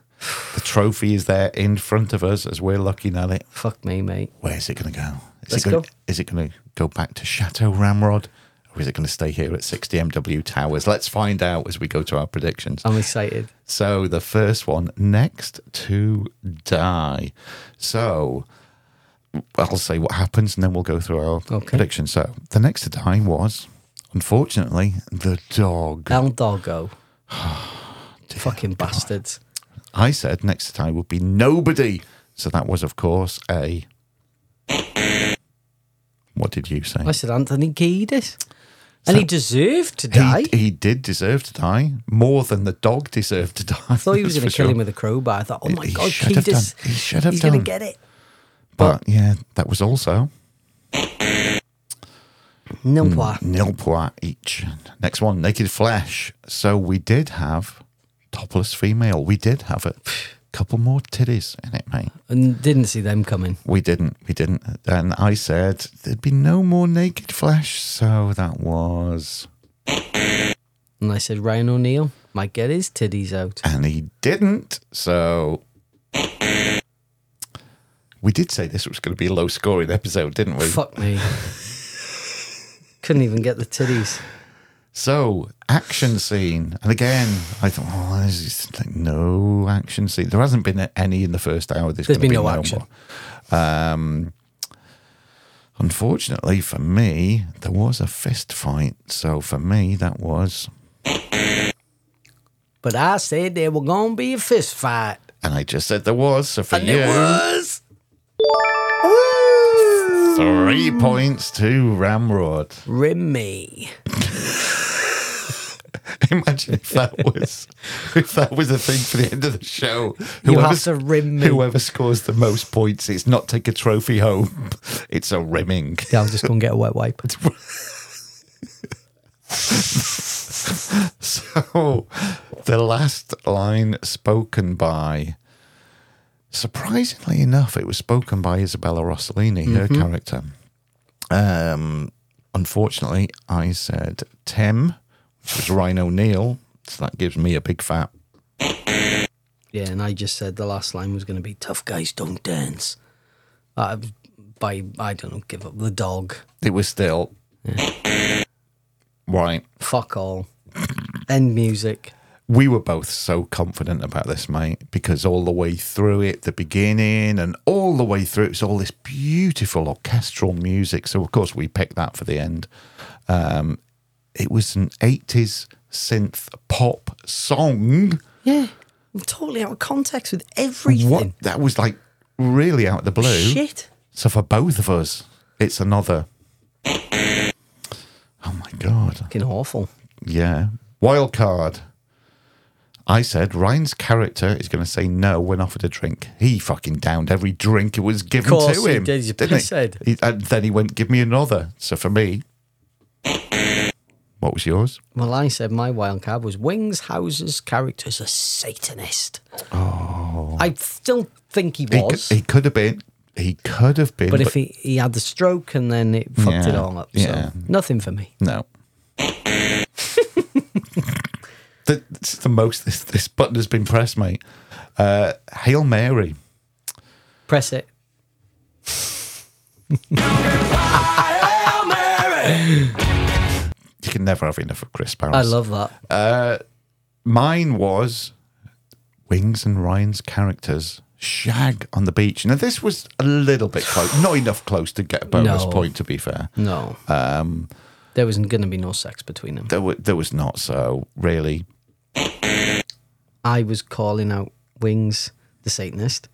The trophy is there in front of us as we're looking at it. fuck me, mate. Where's it going to go? Is Let's it gonna, go. Is it going to go back to Chateau Ramrod, or is it going to stay here at 60 MW Towers? Let's find out as we go to our predictions. I'm excited. So the first one, next to die. So I'll say what happens and then we'll go through our Okay. prediction. So the next to die was, unfortunately, the dog. El Doggo. Fucking bastards. I said next to die would be nobody. So that was, of course, a. What did you say? I said Anthony Kiedis. And he deserved to die. He, he did deserve to die more than the dog deserved to die. I thought he was going to kill him with a crowbar. I thought, oh my He God, should have Kiedis. done. He should have he's going done. to get it. But yeah, that was also No Hmm. pois. nil point each. Next one, naked flesh. So we did have topless female. We did have a couple more titties in it, mate. And didn't see them coming. We didn't. We didn't. And I said there'd be no more naked flesh. So that was, And I said, Ryan O'Neill might get his titties out. and he didn't. So. We did say this was going to be a low scoring episode, didn't we? Fuck me. Couldn't even get the titties. So, action scene. And again, I thought, oh, this is like no action scene. There hasn't been any in the first hour. There's, There's going to been be no no action. more. Um, unfortunately for me, there was a fist fight. So, for me, that was. But I said there were going to be a fist fight. And I just said there was. So, for And you, there was. three points to Ramrod. Remy. Imagine if that was if that was the thing for the end of the show. You have Whoever's- to rim me. Whoever scores the most points, it's not take a trophy home. It's a rimming. Yeah, I was just going to get a wet wipe. So the last line spoken by surprisingly enough, it was spoken by Isabella Rossellini, her character. Um unfortunately I said Tim, which was Ryan O'Neill. So that gives me a big fat Yeah, and I just said the last line was going to be tough guys don't dance. Uh, by I don't know, give up the dog. it was still right. Fuck all. End music. We were both so confident about this, mate, because all the way through it, the beginning and all the way through, it's all this beautiful orchestral music. So, of course, we picked that for the end. Um, it was an 80s synth pop song. Yeah, I'm totally out of context with everything. What? That was like really out of the blue. Shit. So for both of us, it's another. Oh my God. Fucking awful. Yeah. Wild card. I said Ryan's character is going to say no when offered a drink. He fucking downed every drink it was given course to he him. did, you didn't he? said. He- and then he went, "Give me another." So for me, what was yours? Well, I said my wild card was Wings House's character's a Satanist. Oh. I still think he He, was, c- he could have been. He could have been. but, if he, he had the stroke and then it fucked it Yeah, all up. yeah. So nothing for me. no. The- This is the most this, this button has been pressed, mate. Uh, Hail Mary. Press it. You can never have enough of Chris Barris. I love that. Uh, Mine was Wings and Ryan's characters shag on the beach. Now this was a little bit close, not enough close to get a bonus No. point. To be fair, No. uh, Um, there wasn't going to be no sex between them. there, wa there was not so really. I was calling out Wings the Satanist,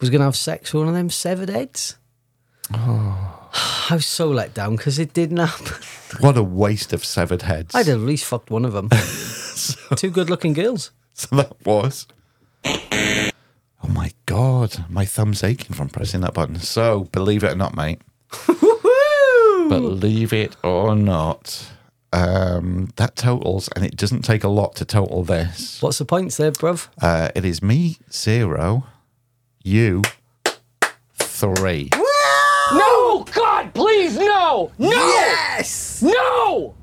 was going to have sex with one of them severed heads. Oh. I was so let down because it didn't happen. What a waste of severed heads. I'd have at least fucked one of them. Two good looking girls. So that was. Oh my god, my thumb's aching from pressing that button. So believe it or not, mate. believe it or not, um, that totals, and it doesn't take a lot to total this. What's the points there, bruv? Uh, it is me zero, you three. No! God, please, no! No! Yes! No!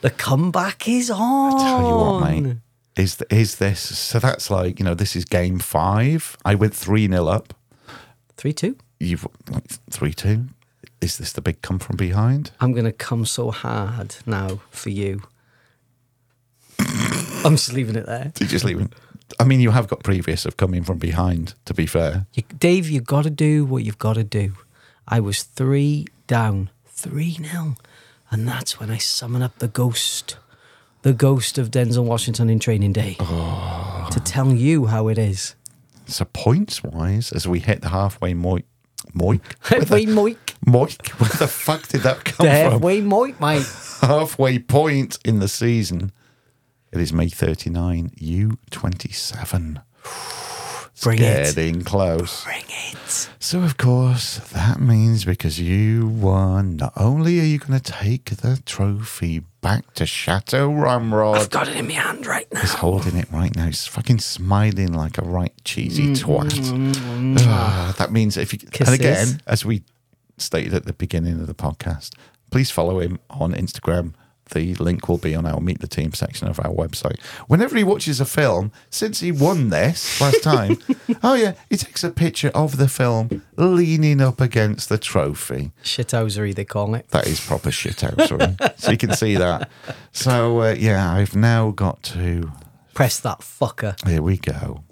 The comeback is on. Tell Oh, you what, mate. Is th- is this? So that's like you know this is game five. I went three nil up. Three two. You've like three two. Is this the big come from behind? I'm going to come so hard now for you. I'm just leaving it there. Did you just leave? it? I mean, you have got previous of coming from behind. To be fair, You, Dave, you've got to do what you've got to do. I was three down, three nil. And that's when I summon up the ghost, the ghost of Denzel Washington in training day to tell you how it is. so points wise, as we hit the halfway moik, moik, Halfway moik. moik. Where the fuck did that come The from? halfway moik, mate. halfway point in the season. It is May 39, you 27. Bring it. Getting close. Bring it. So, of course, that means because you won, not only are you going to take the trophy back to Chateau I've Ramrod, got it in my hand right now. he's holding it right now. He's fucking smiling like a right cheesy twat. Ah, that means if you. Kisses. And again, as we stated at the beginning of the podcast, please follow him on Instagram. The link will be on our Meet the Team section of our website. Whenever he watches a film, since he won this last time, oh yeah, he takes a picture of the film leaning up against the trophy. Shithousery, they call it. That is proper shit out, sorry. so you can see that. So uh, yeah, I've now got to. Press that fucker. Here we go.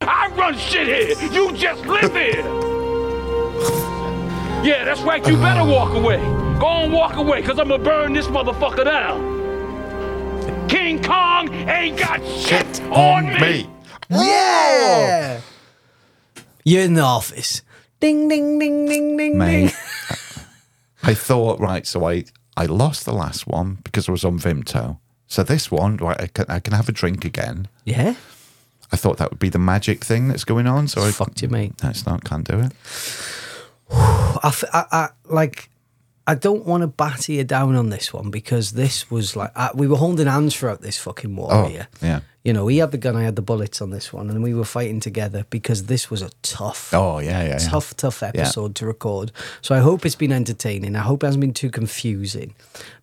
I run shit here. You just live here. Yeah, that's right. You better walk away. Go and walk away, because I'm going to burn this motherfucker down. King Kong ain't got shit on me. Yeah! You're in the office. Ding, ding, ding, ding, ding, ding. Mate, I thought, right, so I, I lost the last one because I was on Vimto. So this one, right, I can, I can have a drink again. Yeah? I thought that would be the magic thing that's going on. So I Fucked you, mate. No, it's not. Can't do it. I, f- I- I- like I don't want to batter you down on this one because this was like I, we were holding hands throughout this fucking war Oh, here. yeah. You know, he had the gun, I had the bullets on this one, and we were fighting together because this was a tough, Oh yeah, yeah. yeah. tough, tough episode to record. So I hope it's been entertaining. I hope it hasn't been too confusing.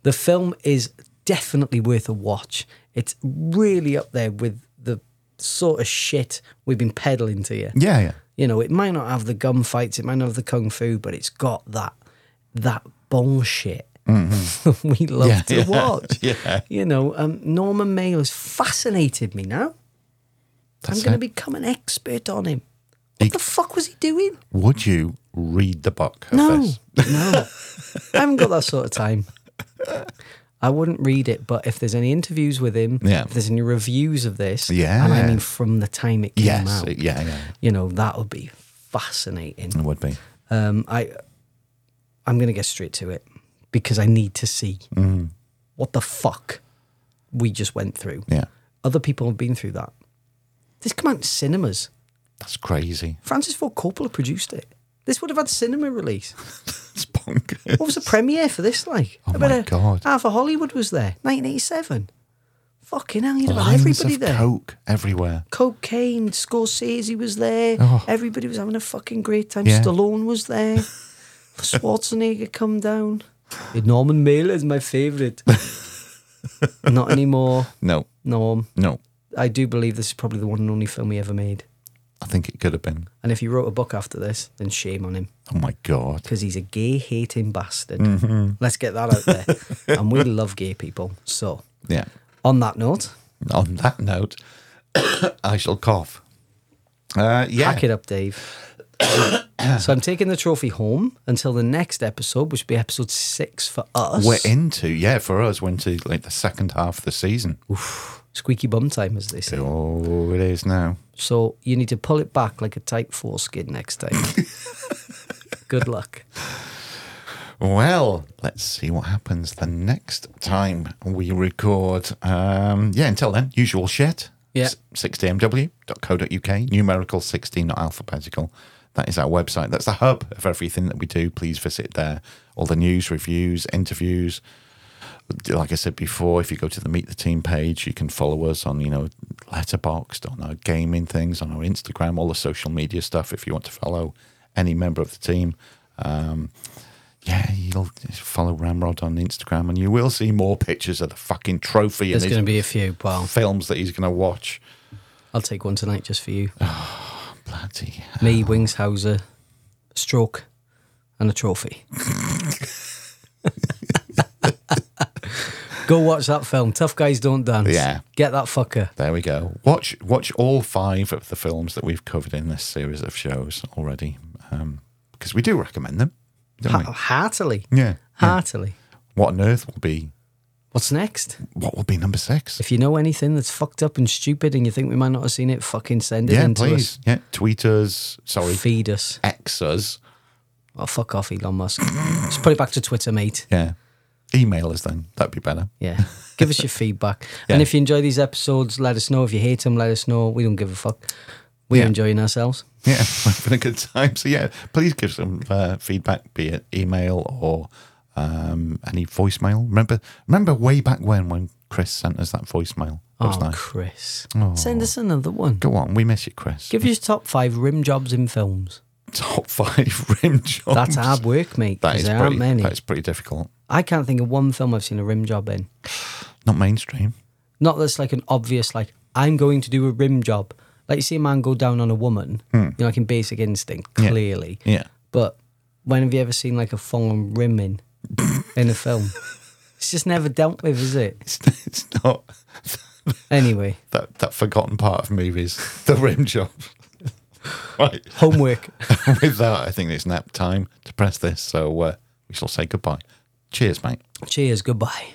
The film is definitely worth a watch. It's really up there with the sort of shit we've been peddling to you. Yeah, yeah. You know, it might not have the gunfights, it might not have the kung fu, but it's got that that bullshit we love Mm-hmm. Yeah, to yeah, watch. yeah. You know, um, Norman Mail has fascinated me now. That's I'm going it. to become an expert on him. What He- the fuck was he doing? Would you read the book? Of No, This? no. I haven't got that sort of time. I wouldn't read it, but if there's any interviews with him, Yeah. if there's any reviews of this, Yeah. and I mean from the time it came Yes. out, Yeah, yeah. you know, that would be fascinating. It would be. Um, I I'm gonna get straight to it because I need to see Mm-hmm. what the fuck we just went through. Yeah. Other people have been through that. This come out in cinemas. That's crazy. Francis Ford Coppola produced it. This would have had cinema release. It's bonkers. What was the premiere for this like? Oh About my a- God. Half of Hollywood was there. 1987. Fucking hell, you'd have had Lines everybody of there. coke everywhere. cocaine. Scorsese was there. Oh. Everybody was having a fucking great time. Yeah. Stallone was there. Schwarzenegger come down. Norman Mailer is my favourite. Not anymore, No, Norm. no. I do believe this is probably the one and only film he ever made. I think it could have been. And if he wrote a book after this, then shame on him Oh my god. because he's a gay hating bastard. Mm-hmm. Let's get that out there. and we love gay people. So, Yeah. on that note, On that note, I shall cough. Uh, yeah. pack it up, Dave. so I'm taking the trophy home until the next episode, which will be episode six for us. We're into, yeah, for us, we're into like the second half of the season. Squeaky bum time, as they say. Oh, it is now. So you need to pull it back like a tight foreskin next time. Good luck. Well, let's see what happens the next time we record. Um, yeah, until then, usual shit. Yeah. S- 60mw.co.uk, numerical 16, not alphabetical. That is our website. That's the hub of everything that we do. Please visit there. All the news, reviews, interviews. Like I said before, if you go to the Meet the Team page, you can follow us on, you know, Letterboxd, on our gaming things, on our Instagram, all the social media stuff if you want to follow any member of the team. Um, yeah, you'll just follow Ramrod on Instagram, and you will see more pictures of the fucking trophy. There's and going to be a few. Well, films that he's going to watch. I'll take one tonight just for you. Bloody Me, Wingshauser, stroke, and a trophy. Go watch that film. Tough guys don't dance. Yeah. Get that fucker. There we go. Watch watch all five of the films that we've covered in this series of shows already, um, because we do recommend them, don't we? Ha- heartily. Yeah. Heartily. What on earth will be What's next? what will be number six? If you know anything that's fucked up and stupid and you think we might not have seen it, fucking send it Yeah, in to please. Yeah, tweet us. Sorry, us. Feed us. X us. Oh, fuck off, Elon Musk. Just put it back to Twitter, mate. Yeah, email us then. That'd be better. Yeah. Give us your feedback. And Yeah. if you enjoy these episodes, let us know. If you hate them, let us know. We don't give a fuck. We're Yeah. enjoying ourselves. Yeah, we're having a good time. So yeah, please give some uh, feedback, be it email or um, any voicemail. Remember, remember way back when when Chris sent us that voicemail. That was Oh, nice. Chris. Oh. Send us another one. Go on, we miss you, Chris. Give your top five rim jobs in films. top five rim jobs. That's hard work, mate. Oh, That 'cause is there pretty, aren't many. That is pretty difficult. I can't think of one film I've seen a rim job in. Not mainstream. Not that's like an obvious, like, I'm going to do a rim job. Like, you see a man go down on a woman, you know, like in Basic Instinct, Hmm. Yeah. clearly. Yeah. But when have you ever seen like a full on rim in, in a film? It's just never dealt with, is it? It's, it's not Anyway, that, that forgotten part of movies, the rim job. right. homework. With that, I think it's nap time to press this. So uh, we shall say goodbye. Cheers, mate. Cheers. Goodbye.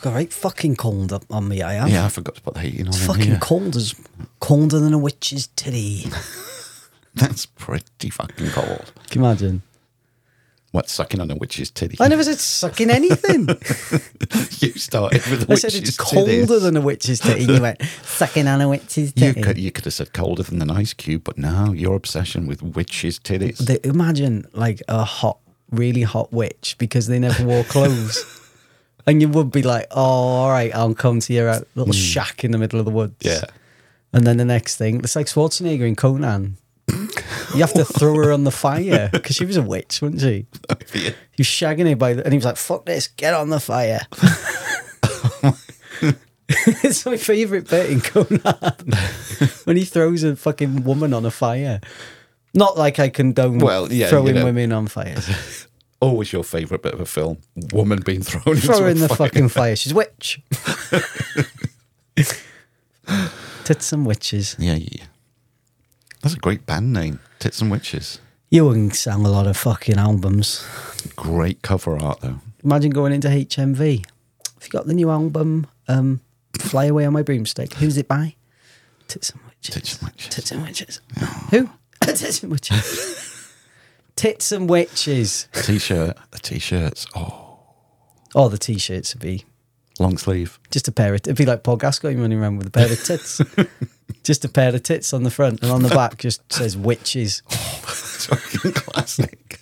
Got right fucking cold up on me, I am. Yeah, I forgot to put the heating on. Oh. It's in fucking here. cold as colder than a witch's titty. That's pretty fucking cold. Can you imagine? What sucking on a witch's titty? I never said sucking anything. you started with I witch's said it's colder titties. than a witch's titty. and You went sucking on a witch's You titty. could you could have said colder than an ice cube, but now your obsession with witches' titties. They- imagine like a hot, really hot witch because they never wore clothes. And you would be like, oh, all right, I'll come to your uh, little shack in the middle of the woods. Hmm. yeah, And then the next thing, it's like Schwarzenegger in Conan. you have to throw her on the fire because she was a witch, wasn't she? He was shagging her by the, and he was like, fuck this, get on the fire. it's my favourite bit in Conan when he throws a fucking woman on a fire. Not like I condone Well, yeah, you throwing know. women on fires. always your favourite bit of a film: woman being thrown Throw her into in a the fire. fucking fire. She's a witch. Tits and witches. Yeah, yeah. yeah. That's a great band name, Tits and Witches. You wouldn't sang a lot of fucking albums. Great cover art though. Imagine going into HMV. Have you got the new album, um, Fly Away on My Broomstick? Who's it by? Tits and Witches. Tits and Witches. Oh. Tits and Witches. Who? Tits and Witches. Tits and Witches. T-shirt, the t-shirts. Oh, Oh, the t shirts would be long sleeve. just a pair of, it'd be like Paul Gascoigne running around with a pair of tits. just a pair of tits on the front and on the back just says witches. It's fucking classic.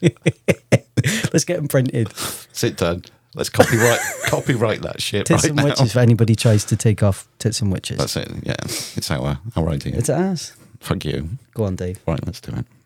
Let's get them printed. Sit down. Let's copyright copyright that shit Tits right and now. witches. If anybody tries to take off tits and witches, That's it. Yeah, it's our our idea. It's ours. Fuck you. Go on, Dave. Right, let's do it.